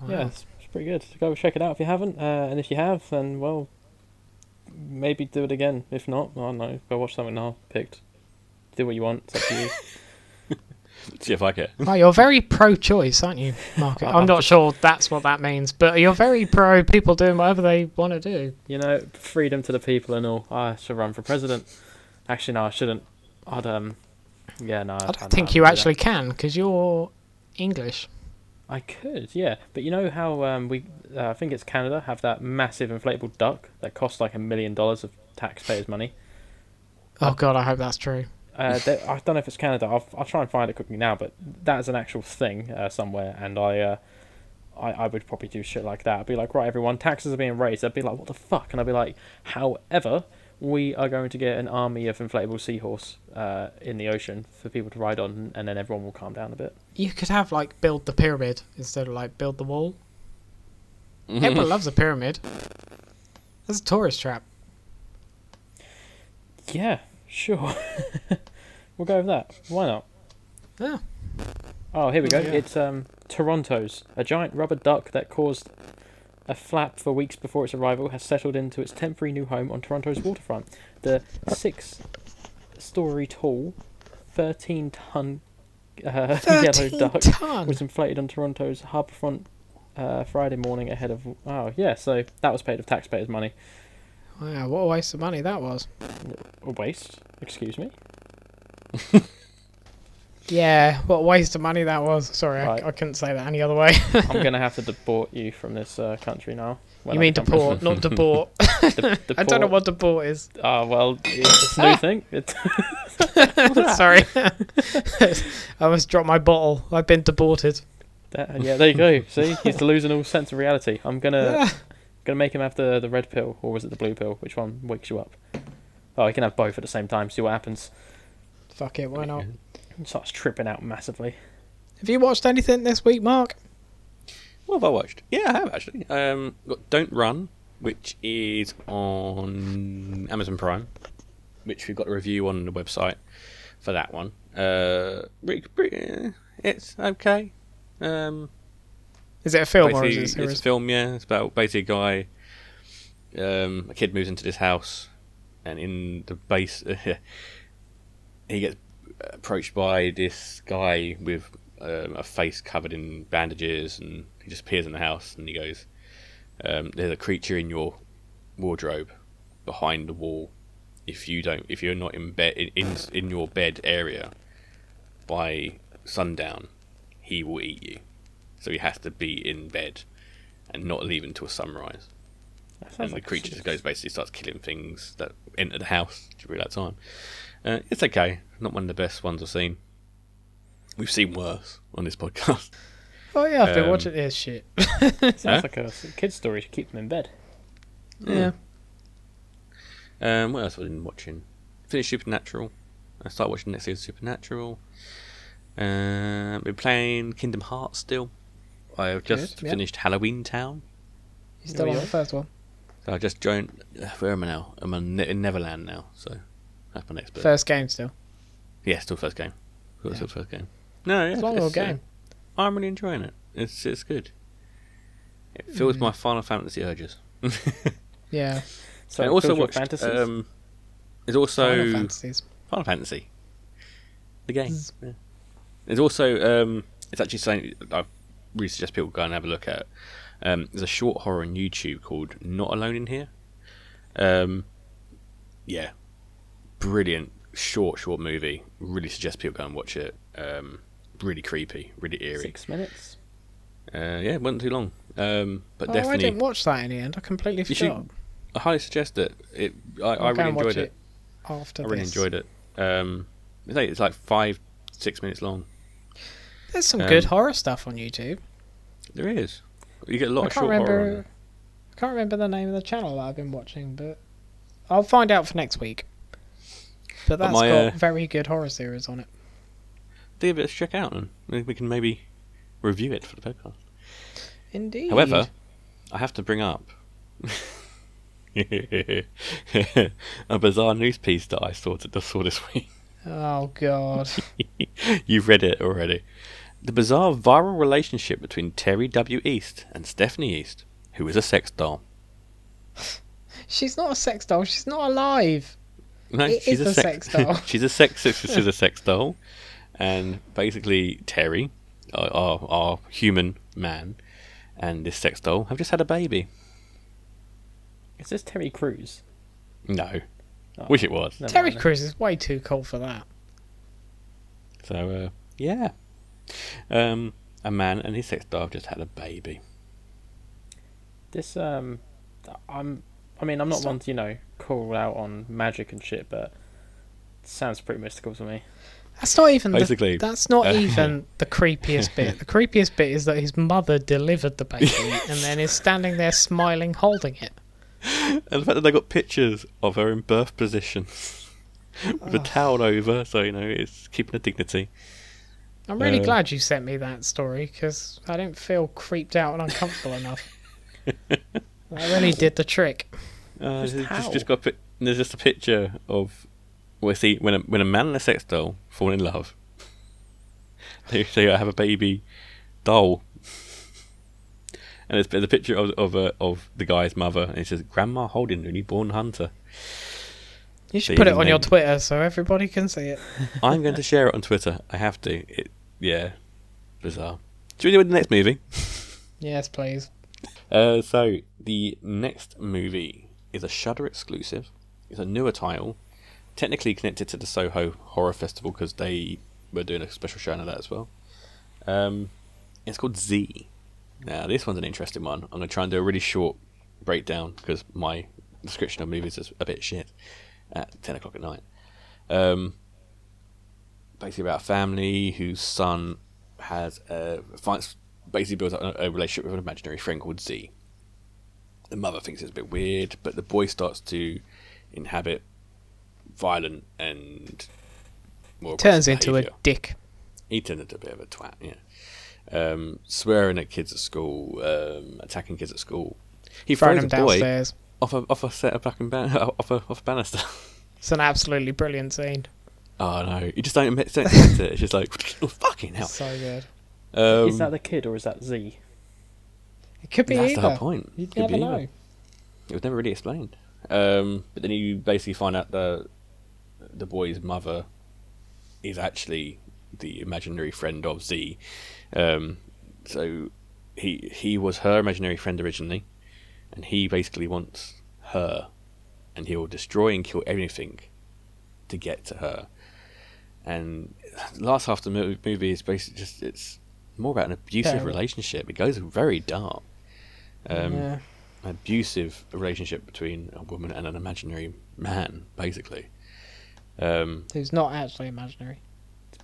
S1: yeah, it's, it's pretty good. Go check it out if you haven't, uh, and if you have, then well, maybe do it again. If not, I don't know. Go watch something I picked. Do what you want. It's up to you.
S2: See if I care.
S3: Wow, you're very pro-choice, aren't you, Mark? I'm not sure that's what that means, but you're very pro people doing whatever they want to do.
S1: you know, freedom to the people and all. I should run for president. Actually, no, I shouldn't. I'd um, yeah, no.
S3: I don't think you actually can, because you're English.
S1: I could, yeah. But you know how um, we, uh, I think it's Canada, have that massive inflatable duck that costs like a million dollars of taxpayers' money.
S3: Oh God, I hope that's true.
S1: Uh, they, I don't know if it's Canada. I'll, I'll try and find it quickly now, but that is an actual thing uh, somewhere, and I, uh, I, I would probably do shit like that. I'd be like, right, everyone, taxes are being raised. I'd be like, what the fuck? And I'd be like, however, we are going to get an army of inflatable seahorse uh, in the ocean for people to ride on, and then everyone will calm down a bit.
S3: You could have like build the pyramid instead of like build the wall.
S1: Mm-hmm.
S3: Everyone loves a pyramid. That's a tourist trap.
S1: Yeah, sure. we'll go with that. Why not?
S3: Yeah.
S1: Oh, here we go.
S3: Yeah.
S1: It's um, Toronto's. A giant rubber duck that caused a flap for weeks before its arrival has settled into its temporary new home on Toronto's waterfront. The six story tall, 13 ton uh, yellow
S3: 13
S1: duck
S3: ton?
S1: was inflated on Toronto's harbourfront uh, Friday morning ahead of. Oh, yeah, so that was paid of taxpayers' money.
S3: Wow, Oh, what a waste of money that was.
S1: A waste, excuse me.
S3: Yeah, what a waste of money that was. Sorry,
S1: Right.
S3: I, I couldn't say that any other way.
S1: I'm going to have to deport you from this uh, country now. Well,
S3: you mean
S1: I come from-
S3: deport, not deport.
S1: de-
S3: I don't know
S1: deport.
S3: what Ah! deport is.
S1: Oh, well, it's a new thing. It's.
S3: Sorry. I almost dropped my bottle. I've been deported.
S1: That- yeah, there you go. See, he's losing all sense of reality. I'm gonna gonna make him have the, the red pill, or was it the blue pill? Which one wakes you up? Oh, he can have both at the same time. See what happens.
S3: Fuck it, why not?
S1: He starts tripping out massively.
S3: Have you watched anything this week, Mark?
S2: What have I watched? Yeah, I have actually. Um, got Don't Run, which is on Amazon Prime, which we've got a review on the website for that one. Uh, re- re- eh, it's okay. Um,
S3: Is it a film or
S2: basically,
S3: is it a
S2: it's a
S3: series?
S2: film, yeah. It's about basically a guy, um, a kid moves into this house, and in the base, he gets approached by this guy with um, a face covered in bandages, and he just appears in the house, and he goes, um, "There's a creature in your wardrobe, behind the wall. If you don't, if you're not in bed in in your bed area by sundown, he will eat you." So he has to be in bed and not leave until sunrise.
S1: That sounds
S2: And
S1: like
S2: the creature
S1: s-
S2: just goes basically starts killing things that enter the house during that time. Uh, it's okay. Not one of the best ones I've seen. We've seen worse on this podcast.
S3: Oh yeah, I've been
S2: Um,
S3: watching this shit.
S2: Huh?
S1: Sounds like a s- kid's story to keep them in bed.
S2: Yeah. Um, what else have I been watching? Finished Supernatural. I started watching next season of Supernatural. Um, been playing Kingdom Hearts still. I have just
S3: Good, yeah.
S2: finished Halloween Town.
S3: You still
S1: we
S3: on the
S1: are.
S3: first one?
S2: So I just joined. uh, Where am I now? I'm in, ne- in Neverland now. So that's my next bit.
S3: First game still.
S2: Yeah, still first game. Still, still first game. No, yeah,
S3: It's a long old
S2: uh,
S3: game.
S2: I'm really enjoying it. It's it's good. It
S3: Mm.
S2: fills my Final Fantasy urges.
S3: Yeah.
S1: So
S2: and also
S1: build your
S2: watched.
S1: fantasies.
S2: Um, it's also
S3: Final Fantasies.
S2: Final Fantasy. The game. Yeah. There's also um, it's actually something I really suggest people go and have a look at. Um, there's a short horror on YouTube called Not Alone in Here. Um, yeah, brilliant short short movie. Really suggest people go and watch it. Um, really creepy, really eerie.
S1: six minutes.
S2: Uh, yeah, it wasn't too long, um, but
S3: Oh, I
S2: definitely
S3: didn't watch that in the end. I completely
S2: You
S3: forgot.
S2: should- I highly suggest it. It I, I
S3: I'll go
S2: really
S3: and watch
S2: enjoyed it.
S3: After
S2: I really
S3: this.
S2: enjoyed it. Um, it's like- it's like five six minutes long.
S3: There's some
S2: Um,
S3: good horror stuff on YouTube.
S2: There is. You get a lot
S3: I
S2: of
S3: can't
S2: short horror. on
S3: remember.
S2: there.
S3: I can't remember the name of the channel that I've been watching, but I'll find out for next week. But that's
S2: my,
S3: got
S2: uh,
S3: very good horror series on it.
S2: Give it a check out, and we- we can maybe review it for the podcast.
S3: Indeed.
S2: However, I have to bring up a bizarre news piece that I saw, that I saw this week.
S3: oh god,
S2: You've read it already. The bizarre viral relationship between Terry W. East and Stephanie East, who is a sex doll.
S3: she's not a sex doll. She's not alive.
S2: No,
S3: It
S2: she's
S3: is
S2: a
S3: a
S2: sex,
S3: sex doll.
S2: she's a sex. She's a sex doll, and basically Terry, our, our, our human man, and this sex doll have just had a baby.
S1: Is this Terry Crews?
S2: No,
S1: Oh,
S2: wish it was.
S1: never
S3: Terry
S1: mind then.
S3: Crews is way too cold for that.
S2: So uh, yeah, um, a man and his sex doll have just had a baby.
S1: This um, I'm. I mean, I'm not one to you know call out on magic and shit, but it sounds pretty mystical to me.
S3: That's not even.
S2: Basically,
S3: the, that's not
S2: uh,
S3: even the creepiest bit. The creepiest bit is that his mother delivered the baby and then is standing there smiling, holding it.
S2: And the fact that they got pictures of her in birth position with
S3: Oh.
S2: a towel over, so you know it's keeping her dignity.
S3: I'm really
S2: Uh,
S3: glad you sent me that story because I didn't feel creeped out and uncomfortable enough. That really did the trick.
S2: Uh,
S1: Just
S2: there's just,
S1: how?
S2: just got a pic- there's just a picture of well, see when a when a man and a sex doll fall in love, they they have a baby doll, and there's, there's a picture of of uh, of the guy's mother, and it says "Grandma holding newborn hunter."
S3: You should
S2: They
S3: put it
S2: even
S3: on your
S2: named-
S3: Twitter so everybody can see it.
S2: I'm going to share it on Twitter. I have to. It yeah, bizarre. Should we do the next movie?
S3: Yes, please.
S2: Uh, so the next movie is a Shudder exclusive. It's a newer title, technically connected to the Soho Horror Festival because they were doing a special showing of that as well. Um, it's called Z. Now this one's an interesting one. I'm gonna try and do a really short breakdown because my description of movies is a bit shit at ten o'clock at night. Um, basically about a family whose son has uh, finds basically builds up a, a relationship with an imaginary friend called Z. The mother thinks it's a bit weird, but the boy starts to inhabit violent and more aggressive
S3: Turns into a
S2: behaviour
S3: dick.
S2: he turned into a bit of a twat, yeah. Um, swearing at kids at school, um, attacking kids at school. He
S3: Throwing
S2: throws
S3: him
S2: a boy
S3: downstairs.
S2: off a off a set of fucking ban- off a off a banister.
S3: It's an absolutely brilliant scene.
S2: oh no, you just don't admit, don't admit it. It's just like oh, fucking hell.
S3: So good.
S2: Um,
S1: is that the kid or is that Z?
S3: It could be
S2: that's
S3: either.
S2: the whole point.
S3: You'd
S2: Could
S3: never
S2: be
S3: know.
S2: either. It was never really explained. Um, but then you basically find out that the boy's mother is actually the imaginary friend of Z. Um, so he he was her imaginary friend originally, and he basically wants her, and he will destroy and kill everything to get to her. And the last half of the mo- movie is basically just it's more about an abusive
S3: Terrible.
S2: relationship. It goes very dark. Um,
S3: Yeah.
S2: an abusive relationship between a woman and an imaginary man, basically. Um,
S3: Who's not actually imaginary.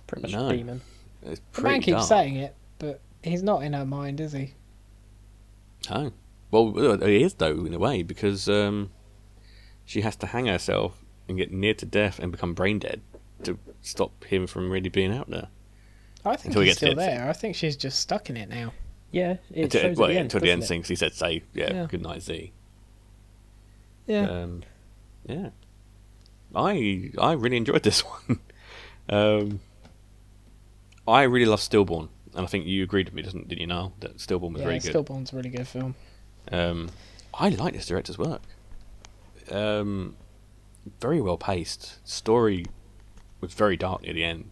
S1: Pretty much
S2: No.
S1: a demon.
S2: It's
S3: The
S2: pretty
S3: man keeps
S2: dark.
S3: saying it, but he's not in her mind, is he?
S2: No. Well, it is though in a way because um, she has to hang herself and get near to death and become brain dead to stop him from really being out there.
S3: I think
S2: Until we
S3: he's
S2: get to
S3: still
S2: the end.
S3: there. I think she's just stuck in it now.
S1: Yeah, it
S2: until,
S1: shows
S2: uh, well,
S1: at the end,
S2: until the end
S1: doesn't it?
S2: thing, 'cause he said, "Say yeah,
S3: Yeah.
S2: good night, Z."
S3: Yeah.
S2: Um, yeah. I I really enjoyed this one. um, I really love Stillborn, and I think you agreed with me, doesn't didn't you? Now that Stillborn was
S3: yeah,
S2: very good.
S3: Stillborn's a really good film.
S2: Um, I like this director's work. Um, very well paced. Story was very dark near the end.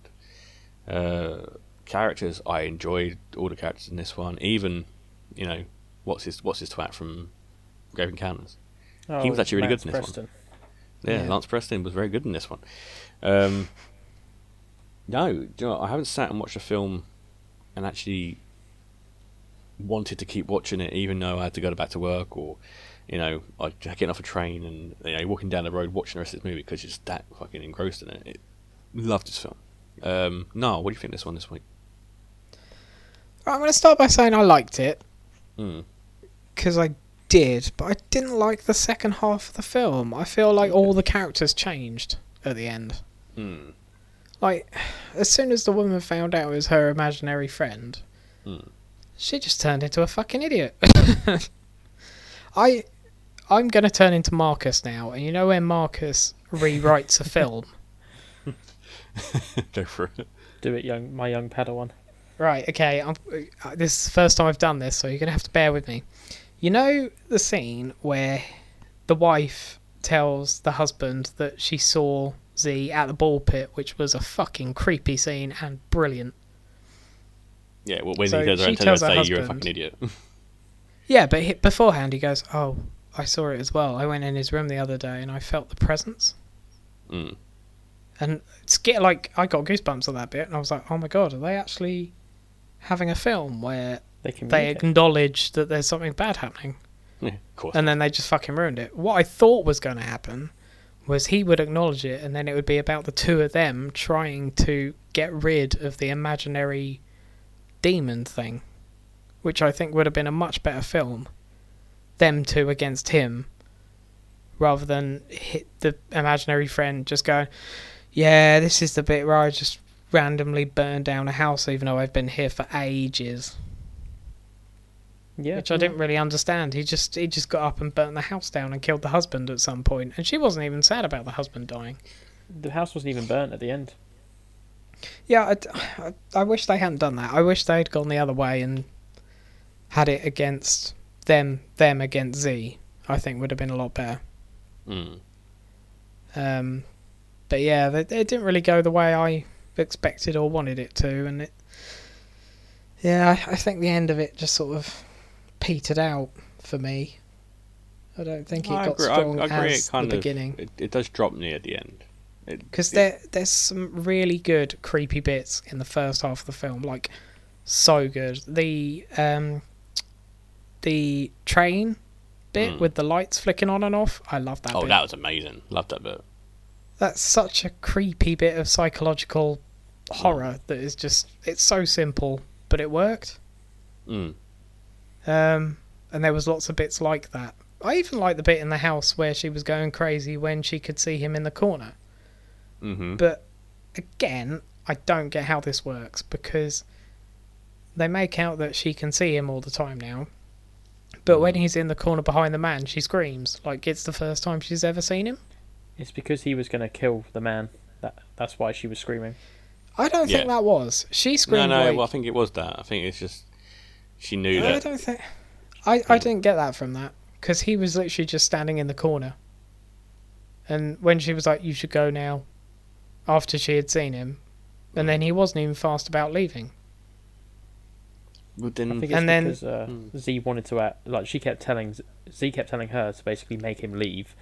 S2: Uh, characters, I enjoyed all the characters in this one. Even, you know, what's his what's his twat from Grave Encounters.
S1: Oh,
S2: He was actually really good
S1: Max
S2: in this one.
S1: Preston.
S2: Yeah,
S3: Yeah.
S2: Lance Preston was very good in this one. Um, no, do you know, what, I haven't sat and watched a film and actually wanted to keep watching it, even though I had to go back to work or, you know, I getting off a train and you know walking down the road watching the rest of this movie because you're just that fucking engrossed in it. it loved this film. Um, no, what do you think of this one this week?
S3: I'm going to start by saying I liked it
S2: Mm.
S3: because I did, but I didn't like the second half of the film. I feel like all the characters changed at the end.
S2: Mm.
S3: Like, as soon as the woman found out it was her imaginary friend,
S2: Mm.
S3: she just turned into a fucking idiot. I, I'm going to turn into Marcus now, and you know when Marcus rewrites a film.
S2: go for it.
S1: Do it, young my young Padawan.
S3: Right, okay. I'm, uh, this is the first time I've done this, so you're going to have to bear with me. You know the scene where the wife tells the husband that she saw Z at the ball pit, which was a fucking creepy scene and brilliant.
S2: Yeah, well, when
S3: So
S2: he goes around
S3: she
S2: and tells her,
S3: tells her
S2: say you're a
S3: husband-
S2: fucking idiot.
S3: Yeah, but he, beforehand he goes, "Oh, I saw it as well. I went in his room the other day and I felt the presence."
S2: Mm.
S3: And it's get like I got goosebumps on that bit, and I was like, "Oh my god, are they actually having a film where
S1: They can.
S3: they acknowledge that there's something bad happening?"
S2: yeah, of course.
S3: and then they just fucking ruined it. What I thought was going to happen was he would acknowledge it, and then it would be about the two of them trying to get rid of the imaginary demon thing, which I think would have been a much better film. Them two against him, rather than hit the imaginary friend just going, "Yeah, this is the bit where I just randomly burn down a house, even though I've been here for ages."
S1: yeah,
S3: which I didn't really understand. He just he just got up and burnt the house down and killed the husband at some point, and she wasn't even sad about the husband dying.
S1: The house wasn't even burnt at the end.
S3: Yeah, I d- I, I wish they hadn't done that. I wish they'd gone the other way and had it against them them against Z. I think would have been a lot better.
S2: Mm.
S3: Um, but yeah, they, it didn't really go the way I expected or wanted it to, and it. Yeah, I, I think the end of it just sort of petered out for me. I don't think it
S2: I
S3: got
S2: agree- I-
S3: strong
S2: I agree,
S3: as
S2: it
S3: the
S2: kind of-
S3: beginning.
S2: It, it does drop near the end. It-
S3: because
S2: it-
S3: there there's some really good creepy bits in the first half of the film, like so good. The um, the train bit
S2: Mm.
S3: with the lights flicking on and off, I love that.
S2: Oh,
S3: bit.
S2: that was amazing. Loved that bit.
S3: that's such a creepy bit of psychological horror that is just it's so simple, but it worked.
S2: Mm.
S3: Um, and there was lots of bits like that. I even liked the bit in the house where she was going crazy when she could see him in the corner.
S2: Mm-hmm.
S3: But again, I don't get how this works because they make out that she can see him all the time now. But when he's in the corner behind the man, she screams like it's the first time she's ever seen him.
S1: It's because he was going to kill the man. That that's why she was
S2: Mm.
S1: screaming.
S3: I don't think
S2: Yeah.
S3: that was. She
S2: No,
S3: screamed.
S2: no.
S3: like,
S2: Well, I think it was that. I think it's just she knew
S3: I
S2: that.
S3: don't think. I, I didn't get that from that because he was literally just standing in the corner. And when she was like, "You should go now," after she had seen him, and then he wasn't even fast about leaving.
S2: But
S1: I
S2: then,
S1: think it's
S3: And then-
S1: because uh,
S2: Hmm.
S1: Z wanted to act like she kept telling Z- Z kept telling her to basically make him leave,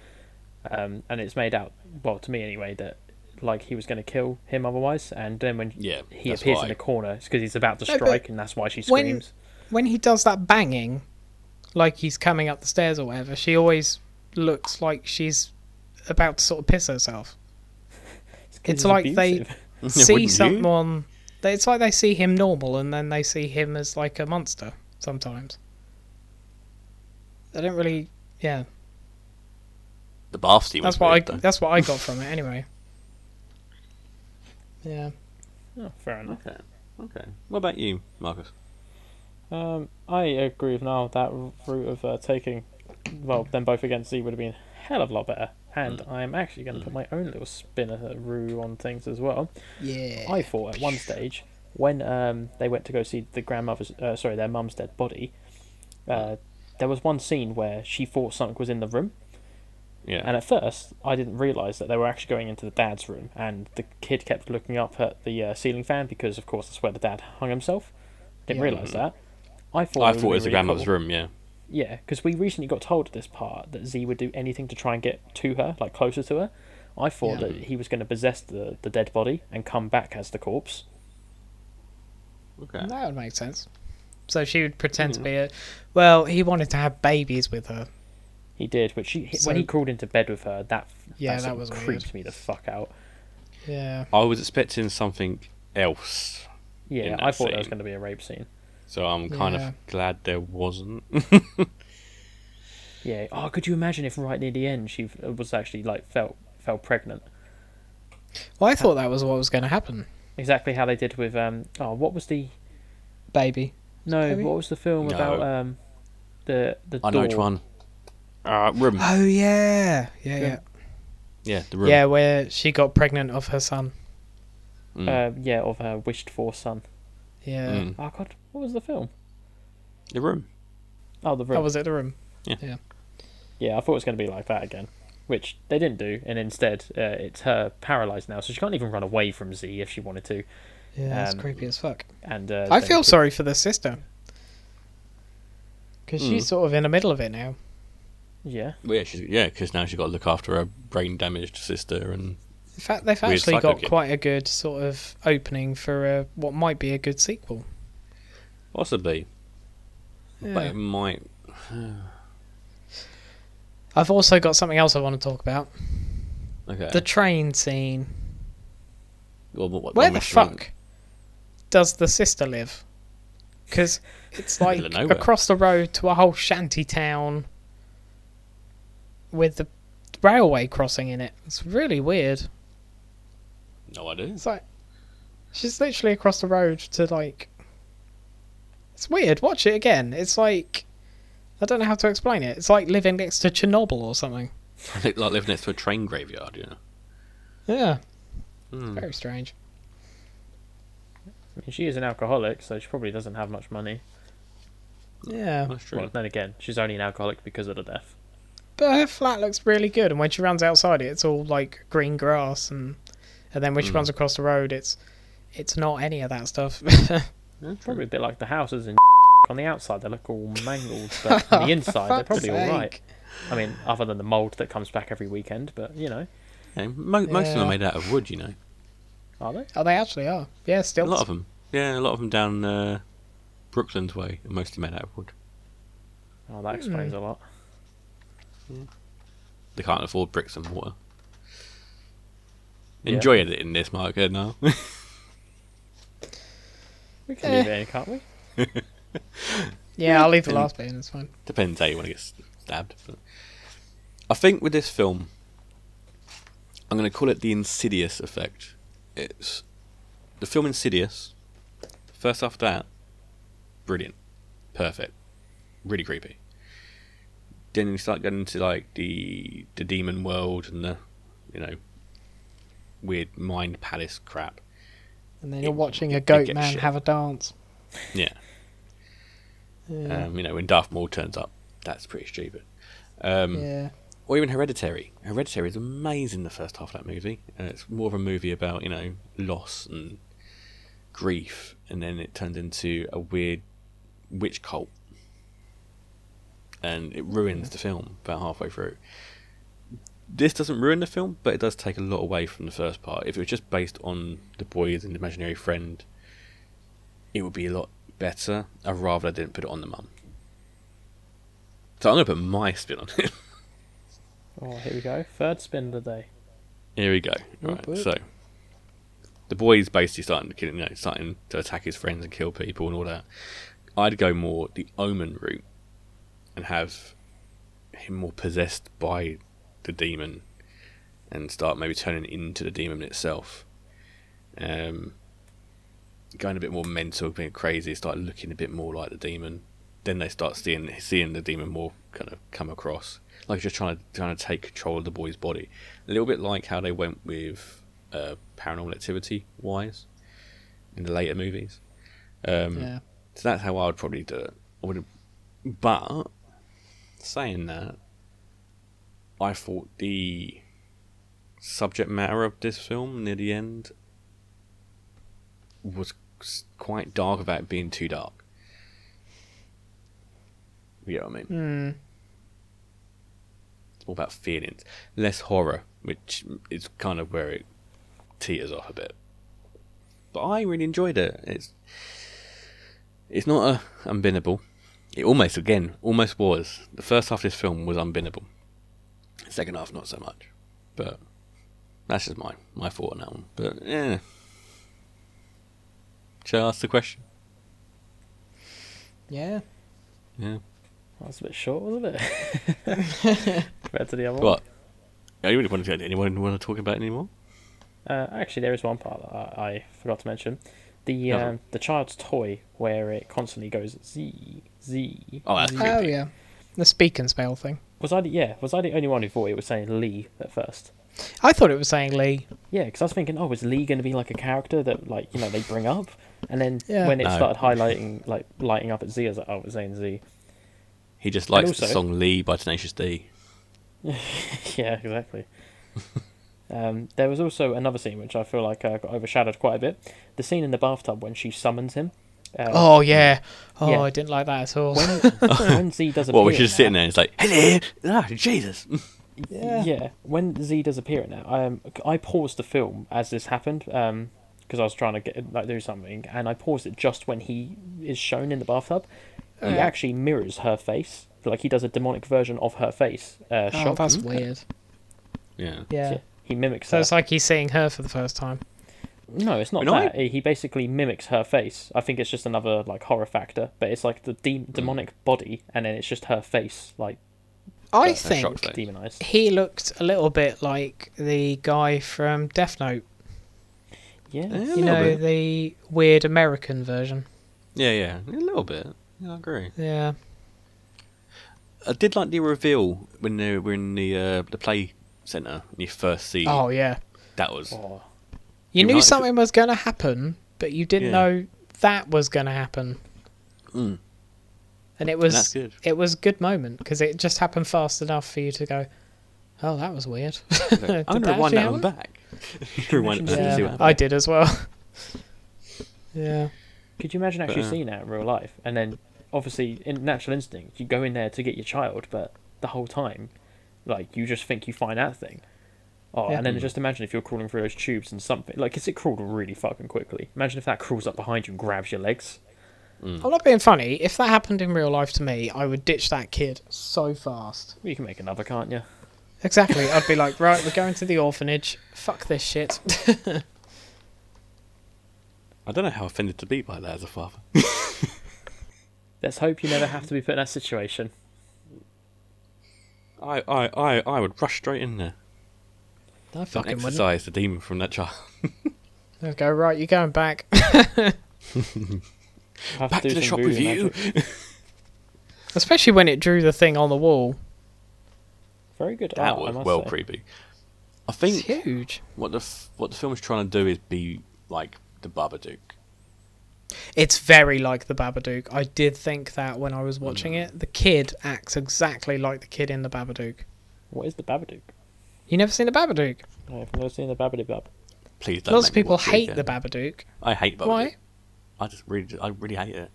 S1: um, and it's made out well to me anyway that like he was going to kill him otherwise, and then when
S2: Yeah,
S1: he
S2: that's
S1: appears
S2: why.
S1: in the corner, it's because he's about to
S3: No, but
S1: strike, and that's why she
S3: when-
S1: screams.
S3: when he does that banging, like he's coming up the stairs or whatever, she always looks like she's about to sort of piss herself.
S1: 'cause
S3: It's
S1: he's
S3: like they
S1: abusive.
S2: Wouldn't
S3: see
S2: you?
S3: someone They- It's like they see him normal and then they see him as like a monster sometimes. I don't really. Yeah,
S2: The bath scene was
S3: that's what I.
S2: weird, though.
S3: That's what I got from it anyway. Yeah.
S1: Oh, fair enough.
S2: Okay. Okay. What about you, Marcus?
S1: Um, I agree with Niall. That r- route of uh, taking, well, them both against Z would have been a hell of a lot better. And
S2: Mm.
S1: I'm actually going to put my own little spin of rue on things as well.
S3: Yeah.
S1: I thought at one stage when um, they went to go see the grandmother's, uh, sorry, their mum's dead body.
S2: Mm.
S1: Uh, there was one scene where she thought something was in the room,
S2: Yeah.
S1: and at first I didn't realise that they were actually going into the dad's room, and the kid kept looking up at the uh, ceiling fan because, of course, that's where the dad hung himself. Didn't
S3: Yeah.
S1: realise that. I thought
S2: Mm-hmm. I
S1: would
S2: thought it
S1: be
S2: was the
S1: really
S2: grandmother's
S1: cool.
S2: room. Yeah.
S1: Yeah, because we recently got told at this part that Z would do anything to try and get to her, like closer to her. I thought
S3: Yeah.
S1: that he was going to possess the, the dead body and come back as the corpse.
S2: Okay.
S3: That would make sense. So she would pretend
S2: Mm.
S3: to be a. Well, he wanted to have babies with her.
S1: He did, but she
S3: So-
S1: when he crawled into bed with her, that
S3: Yeah,
S1: that,
S3: that
S1: sort of
S3: was weird.
S1: creeped me the fuck out.
S3: Yeah.
S2: I was expecting something else,
S1: Yeah,
S2: that
S1: I thought that was
S2: scene.
S1: going to be a rape scene.
S2: so I'm kind
S3: Yeah.
S2: of glad there wasn't.
S1: Yeah. Oh, could you imagine if right near the end she f- uh, was actually like felt felt pregnant?
S3: Well, I thought that was what was going to happen.
S1: Exactly how they did with um. Oh, what was the
S3: Baby.
S1: no?
S3: Maybe?
S1: What was the film
S2: No.
S1: about um the the
S2: I know which
S1: door?
S2: one. Uh, room.
S3: Oh yeah. Yeah. Yeah.
S2: Yeah, the room.
S3: Yeah, where she got pregnant of her son.
S1: Uh, yeah, of her wished for son.
S3: Yeah.
S2: Mm.
S1: Oh God, what was the film?
S2: The room.
S1: Oh, the room.
S3: That was it. The room.
S1: Yeah, I thought it was going to be like that again, which they didn't do, and instead uh, it's her paralyzed now, so she can't even run away from Z if she wanted to.
S3: Yeah, that's
S1: Um,
S3: creepy as fuck.
S1: And uh,
S3: I
S1: then
S3: feel
S1: could-
S3: sorry for the sister. Because she's
S2: Mm.
S3: sort of in the middle of it now.
S1: Yeah.
S2: Well, yeah, she's, yeah, because now she's got to look after her brain damaged sister and
S3: In fact, they've
S2: Weird
S3: actually
S2: psycho
S3: got
S2: kid.
S3: quite a good sort of opening for a, what might be a good sequel.
S2: possibly, but um,
S3: Yeah.
S2: it might.
S3: I've also got something else I want to talk about.
S2: Okay.
S3: The train scene.
S2: Well, what- what-
S3: Where
S2: when
S3: the
S2: she went-
S3: fuck does the sister live? Because it's like
S2: Middle of nowhere.
S3: across the road to a whole shanty town with the railway crossing in it. It's really weird.
S2: No idea.
S3: It's like she's literally across the road to like. It's weird. Watch it again. It's like I don't know how to explain it. It's like living next to Chernobyl or something.
S2: like living next to a train graveyard, you know.
S3: Yeah.
S2: Hmm.
S3: Very strange.
S1: I mean, she is an alcoholic, so she probably doesn't have much money.
S3: Yeah.
S2: That's true.
S1: Well, then again, she's only an alcoholic because of the death.
S3: But her flat looks really good, and when she runs outside, it, it's all like green grass, and and then when
S2: Hmm.
S3: she runs across the road, it's it's not any of that stuff.
S1: Probably a bit like the houses in on the outside, they look all mangled, but on the inside, they're probably all right. I mean, other than the mold that comes back every weekend, but you know,
S2: Yeah, mo- Most of them
S3: Yeah.
S2: are made out of wood, you know.
S1: are they?
S3: Oh, they actually are. Yeah,
S2: A
S3: still.
S2: lot of them. Yeah, a lot of them down uh, Brooklyn's way are mostly made out of wood.
S1: Oh, that explains a lot.
S2: They can't afford bricks and water.
S1: Yeah.
S2: Enjoy editing this, Mark. eh, Now
S1: We
S3: Eh.
S1: can leave it in, can't we?
S3: Yeah, I'll leave the last bit in. It's fine.
S2: depends how you want to get s- stabbed. But. I think with this film, I'm going to call it the Insidious effect. It's the film Insidious. First off, that brilliant, perfect, really creepy. Then you start getting into like the the demon world and the you know weird mind palace crap.
S3: And then you're watching a
S2: it
S3: goat
S2: gets
S3: man
S2: shit.
S3: have a dance.
S2: Yeah. Um, you know, when Darth Maul turns up, that's pretty stupid. Um,
S3: Yeah.
S2: Or even Hereditary. Hereditary is amazing the first half of that movie. Uh, it's more of a movie about, you know, loss and grief, and then it turns into a weird witch cult. And it ruins the film about halfway through. This doesn't ruin the film, but it does take a lot away from the first part. If it was just based on the boys and the imaginary friend, it would be a lot better. I'd rather I didn't put it on the mum. So I'm going to put my spin on it.
S1: Oh, here we go. Third spin of the day.
S2: Here we go. Right, so the boy's basically starting to kill, you know, starting to attack his friends and kill people and all that. I'd go more the omen route and have him more possessed by the demon and start maybe turning into the demon itself. Um, going a bit more mental, being crazy, start looking a bit more like the demon. Then they start seeing seeing the demon more kind of come across, like just trying to trying to take control of the boy's body, a little bit like how they went with uh, Paranormal Activity wise in the later movies. Um,
S3: Yeah.
S2: So that's how I would probably do it. I would, but saying that, I thought the subject matter of this film near the end was s- quite dark about it being too dark. You know what I mean?
S3: Hmm.
S2: It's more about feelings, less horror, which is kind of where it teeters off a bit. But I really enjoyed it. It's it's not a unbinable. It almost again almost was. The first half of this film was unbinable. The second half not so much. But that's just my my thought on that one. But yeah. Shall I ask the question?
S3: Yeah.
S2: Yeah.
S1: That was a bit short, wasn't it? Compared to the other one.
S2: What? I really want to anyone want to talk about it anymore?
S1: Uh, actually, there is one part that I, I forgot to mention. The
S2: Another
S1: um,
S2: one.
S1: the child's toy where it constantly goes z z.
S2: Oh, that's
S1: Z.
S2: creepy.
S3: Oh yeah. The speak and spell thing.
S1: Was I the, yeah? Was I the only one who thought it was saying Lee at first?
S3: I thought it was saying Lee.
S1: Yeah, because I was thinking, oh, is Lee going to be like a character that like you know they bring up, and then
S3: Yeah.
S1: when it
S2: No.
S1: started highlighting like lighting up at Z, I was like, oh, it's saying Z.
S2: He just likes the
S1: also-
S2: song Lee by Tenacious D.
S1: yeah, exactly. um, there was also another scene which I feel like uh, got overshadowed quite a bit. The scene in the bathtub when she summons him. Uh,
S3: Oh yeah. Oh,
S1: Yeah.
S3: I didn't like that at all.
S1: When, when Z does appear,
S2: Well, we're just
S1: now-
S2: sitting there and it's like, hello, ah, Jesus.
S1: Yeah. when Z does appear in it, um, I paused the film as this happened because I was trying to get like do something, and I paused it just when he is shown in the bathtub. He
S3: Alright.
S1: actually mirrors her face, like he does a demonic version of her face. Uh,
S3: Oh,
S1: shot.
S3: that's weird.
S2: Yeah.
S3: Yeah.
S1: He mimics
S3: So
S1: her.
S3: it's like he's seeing her for the first time.
S1: No, it's not
S2: No, I-
S1: that. He basically mimics her face. I think it's just another like horror factor, but it's like the de- demonic body, and then it's just her face like
S3: I
S2: That's a shock face.
S3: think
S1: demonized.
S3: he looked a little bit like the guy from Death Note.
S1: Yeah,
S2: Yeah. A
S3: You
S2: little
S3: know,
S2: bit.
S3: the weird American version.
S2: Yeah, yeah, a little bit. Yeah, I agree.
S3: Yeah.
S2: I did like the reveal when they were in the uh, the play center and you first see
S3: Oh yeah.
S2: that was
S1: Oh,
S3: You
S2: You're
S3: knew
S2: right.
S3: something was going to happen, but you didn't
S2: Yeah.
S3: know that was going to happen.
S2: Mm.
S3: And it was
S2: That's good.
S3: it was a good moment because it just happened fast enough for you to go, "Oh, that was weird."
S2: I'm
S3: Did
S2: gonna
S3: that
S2: rewind
S3: actually
S2: that one
S3: happen?
S2: back. rewind it back and see
S3: Yeah,
S2: what
S3: I
S2: happens.
S3: did as well. yeah.
S1: could you imagine actually
S2: yeah.
S1: seeing that in real life? And then obviously in Natural Instinct, you go in there to get your child, but the whole time, like you just think you find that thing. Oh,
S3: Yeah.
S1: and then just imagine if you're crawling through those tubes and something like, 'cause it crawled really fucking quickly? Imagine if that crawls up behind you and grabs your legs.
S3: I'm not being funny. If that happened in real life to me, I would ditch that kid so fast.
S1: Well, you can make another, can't you?
S3: Exactly. I'd be like, right, we're going to the orphanage. Fuck this shit.
S2: I don't know how offended to be by that as a father.
S1: Let's hope you never have to be put in that situation.
S2: I, I, I, I would rush straight in there
S3: I
S2: and
S3: fucking wouldn't.
S2: exercise the demon from that child.
S3: I'd go, right, you're going back.
S1: Have
S2: Back
S1: do
S2: to the
S1: some
S2: shop
S1: voodoo
S2: with you.
S1: magic.
S3: Especially when it drew the thing on the wall.
S1: Very good.
S2: That
S1: art, I
S2: was
S1: must
S2: well
S1: say.
S2: creepy. I
S3: It's
S2: think
S3: huge.
S2: what the f- what the film is trying to do is be like the Babadook.
S3: It's very like the Babadook. I did think that when I was
S2: Hmm.
S3: watching it. The kid acts exactly like the kid in the Babadook.
S1: What is the Babadook?
S3: You never seen the Babadook?
S1: I've never seen the Babadook. Bab.
S2: Please don't.
S3: Lots
S2: make
S3: of
S2: me
S3: people
S2: watch it
S3: hate
S2: again.
S3: the Babadook.
S2: I hate Babadook.
S3: Why?
S2: I just really, I really hate it.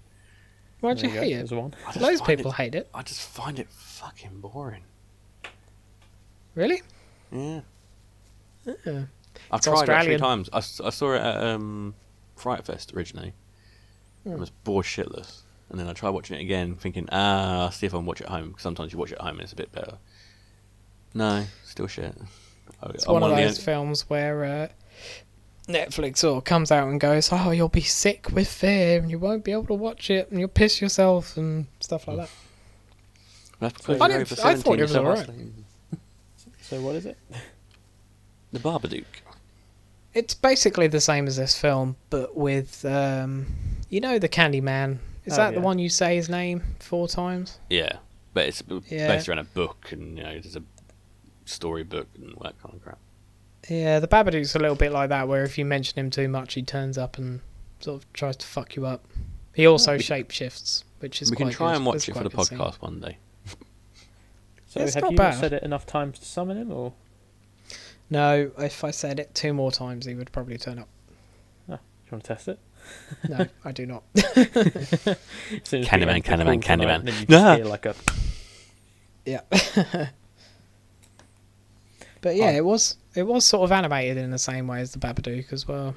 S3: Why'd
S1: There
S3: you
S1: you go,
S3: hate
S1: there's
S3: it?
S1: one.
S2: I just
S3: Loads of
S2: find
S3: people
S2: it-
S3: hate it.
S2: I just find it fucking boring.
S3: Really?
S2: Yeah.
S3: Yeah.
S2: I've
S3: It's
S2: tried it
S3: Australian.
S2: three times. I, s- I saw it at um, Fright Fest originally.
S3: Hmm.
S2: I was bored shitless. And then I tried watching it again, thinking, ah, I'll see if I can watch it at home. 'cause sometimes you watch it at home and it's a bit better. No, still shit. I,
S3: It's
S2: I'm
S3: one of
S2: the
S3: those
S2: only-
S3: films where uh, Netflix or comes out and goes, "Oh, you'll be sick with fear and you won't be able to watch it and you'll piss yourself and stuff
S2: Hmm.
S3: like that."
S2: That's
S1: So-
S2: because
S1: I
S2: you're
S3: didn't-
S2: over
S3: I thought
S2: 17,
S3: it was
S2: so
S3: alright.
S2: what's the-
S1: So what is it?
S2: The Barbadook.
S3: It's basically the same as this film, but with um, you know the Candyman. Is
S1: Oh,
S3: that
S1: yeah.
S3: the one you say his name four times?
S2: Yeah, but it's b-
S3: Yeah.
S2: based around a book, and you know, there's a storybook and all that kind of crap.
S3: Yeah, the Babadook's a little bit like that, where if you mention him too much, he turns up and sort of tries to fuck you up. He also shapeshifts, which is
S2: Oh, we
S3: quite
S2: can try
S3: good.
S2: and watch
S3: That's
S2: it for
S3: quite
S2: the
S3: a good scene.
S2: podcast one day.
S1: So
S3: It's
S1: have
S3: not
S1: you
S3: bad.
S1: said it enough times to summon him, or
S3: No, if I said it two more times, he would probably turn up.
S1: do you want to test it?
S3: No, I do not.
S1: As soon as we
S2: Candyman,
S1: end the call tonight,
S2: Candyman, Candyman.
S1: then you just
S2: No.
S1: hear like a
S3: Yeah. but yeah, it was it was sort of animated in the same way as the Babadook as well.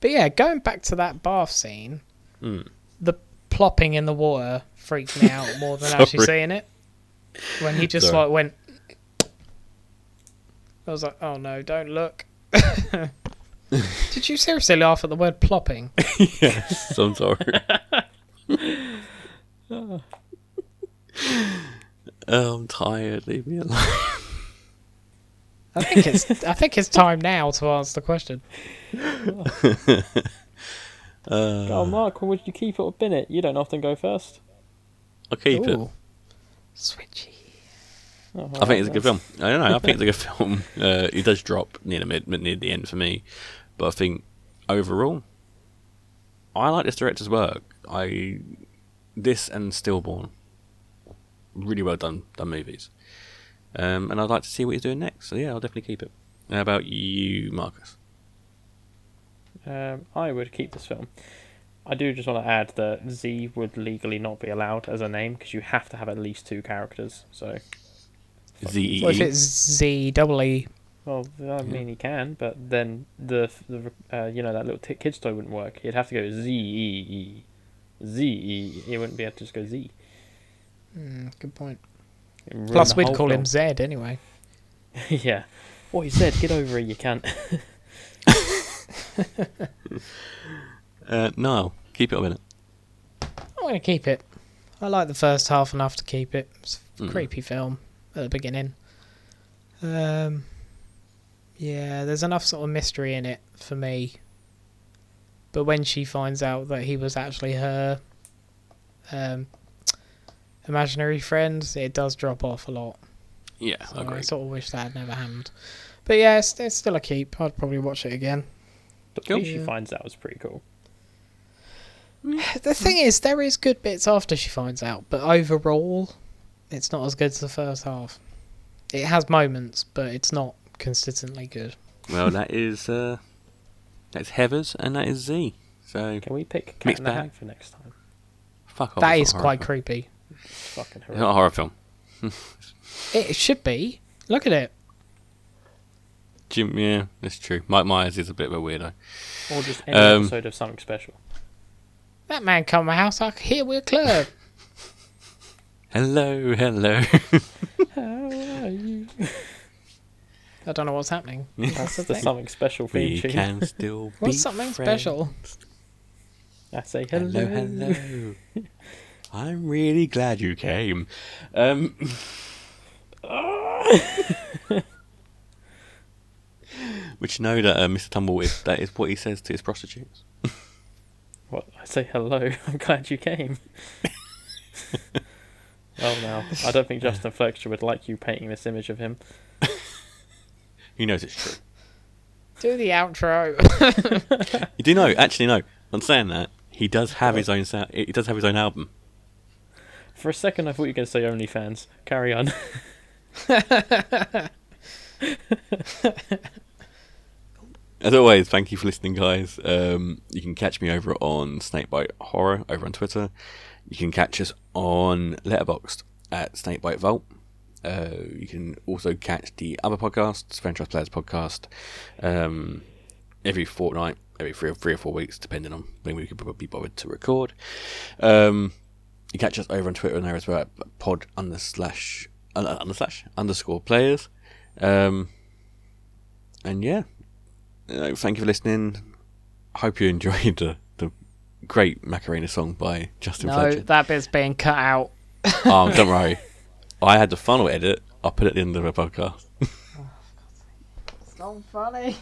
S3: But yeah, going back to that bath scene,
S2: Mm.
S3: the plopping in the water freaked me out more than actually
S2: Sorry.
S3: seeing it. When he just
S2: Sorry.
S3: like went, I was like, oh no, don't look. Did you seriously laugh at the word plopping?
S2: yes, I'm sorry. oh, I'm tired. Leave me alone.
S3: I think it's I think it's time now to answer the question.
S2: Uh.
S1: Oh, Mark, would you keep it or bin it? You don't often go first.
S2: I'll keep it.
S3: Ooh. Switchy.
S1: Oh,
S2: I think it's a good film. I don't know. I think it's a good film. Uh, it does drop near the mid, mid- near the end for me, but I think overall, I like this director's work. I this and Stillborn, really well done done movies, um, and I'd like to see what he's doing next. So yeah, I'll definitely keep it. How about you, Marcus?
S1: Um, I would keep this film. I do just want to add that Z would legally not be allowed as a name because you have to have at least two characters. So,
S2: Z E
S3: Well, if
S2: E.
S3: it's Z double E,
S1: well, I mean, he can, but then the the uh, you know that little t- kids toy wouldn't work. He'd have to go Z E E Z E. He wouldn't be able to just go Z.
S3: mm, good point.
S1: It'd ruin
S3: Plus,
S1: the
S3: we'd
S1: whole
S3: call
S1: film.
S3: him Zed anyway.
S1: yeah. What he said, get over it, you can't.
S2: Uh, Niall, keep it or bin it.
S3: I'm gonna keep it. I like the first half enough to keep it. It's a
S2: Mm-hmm.
S3: creepy film at the beginning. Um, yeah, there's enough sort of mystery in it for me. But when she finds out that he was actually her um, imaginary friend, it does drop off a lot.
S2: Yeah,
S3: So I
S2: agree.
S3: sort of wish that had never happened. But yeah, it's, it's still a keep. I'd probably watch it again.
S1: But
S2: Cool.
S1: she
S3: Yeah.
S1: finds out was pretty cool.
S3: The thing is, there is good bits after she finds out, but overall, it's not as good as the first half. It has moments, but it's not consistently good.
S2: Well, that is uh, that's Heathers and that is Z. So
S1: Can we pick Cat
S2: Mixed
S1: in the
S2: bag.
S1: Hat for next time?
S2: fuck off.
S3: that
S2: Oh, it's
S3: is
S2: not a horror
S3: quite
S2: film.
S3: creepy.
S1: Fucking
S2: It's not a
S1: horrific.
S2: horror film.
S3: It should be. Look at it.
S2: Jim, yeah, that's true. Mike Myers is a bit of a weirdo.
S1: Or just any
S2: Um,
S1: episode of something special.
S3: That man come to my house. I hear we're club.
S2: Hello, hello.
S3: I don't know what's happening.
S1: That's the something special theme
S2: we
S1: tune.
S2: can still be
S3: What's something
S2: friends.
S3: special?
S1: I say hello.
S2: Hello, hello. I'm really glad you came. Um, Which you know that uh, Mr. Tumble is that is what he says to his prostitutes.
S1: What I say hello. I'm glad you came. oh no, I don't think Justin Fletcher would like you painting this image of him.
S2: He knows it's true.
S3: Do the outro.
S2: You do know, actually, no. I'm saying that he does have his own sound. He does have his own album.
S1: For a second, I thought you were going to say OnlyFans. Carry on.
S2: As always, thank you for listening, guys. Um, you can catch me over on Snakebite Horror over on Twitter. You can catch us on Letterboxd at Snakebite Vault. Uh, you can also catch the other podcasts, Franchise Players Podcast, um, every fortnight, every three or, three or four weeks, depending on when we could probably be bothered to record. Um, you catch us over on Twitter and there as well at pod under slash, uh, under slash underscore players. Um, and yeah, uh, thank you for listening. Hope you enjoyed the, the great Macarena song by Justin
S3: No,
S2: Fletcher.
S3: that bit's being cut out.
S2: Oh, don't worry. I had the final edit. I'll put it in the podcast.
S3: So funny.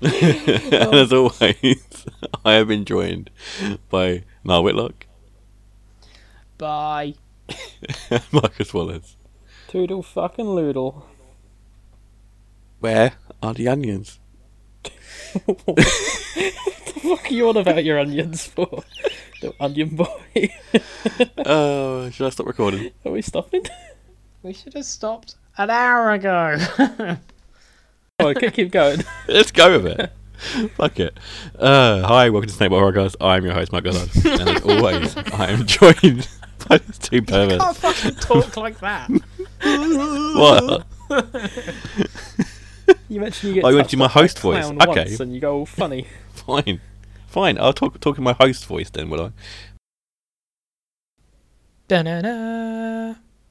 S2: and as always, I have been joined by Niall Whitlock,
S3: Bye.
S2: Marcus Wallace.
S1: Toodle fucking loodle.
S2: Where are the onions?
S1: what the fuck are you on about your onions for? The onion boy.
S2: Oh, should I stop recording?
S1: Are we stopping?
S3: We should have stopped an hour ago.
S1: Oh, okay, keep going.
S2: Let's go with it. Fuck it. Uh, hi, welcome to Snake Ball Horrorcast. I'm your host, Mike Goddard. And as always, I am joined by these two perverts.
S3: Can't fucking talk like that.
S2: What?
S1: You mentioned you get.
S2: I went
S1: touched
S2: to my
S1: up by a
S2: host voice.
S1: clown
S2: Okay.
S1: Once and you go all funny.
S2: Fine. Fine. I'll talk, talk in my host voice then, will I?
S3: Da-na-na.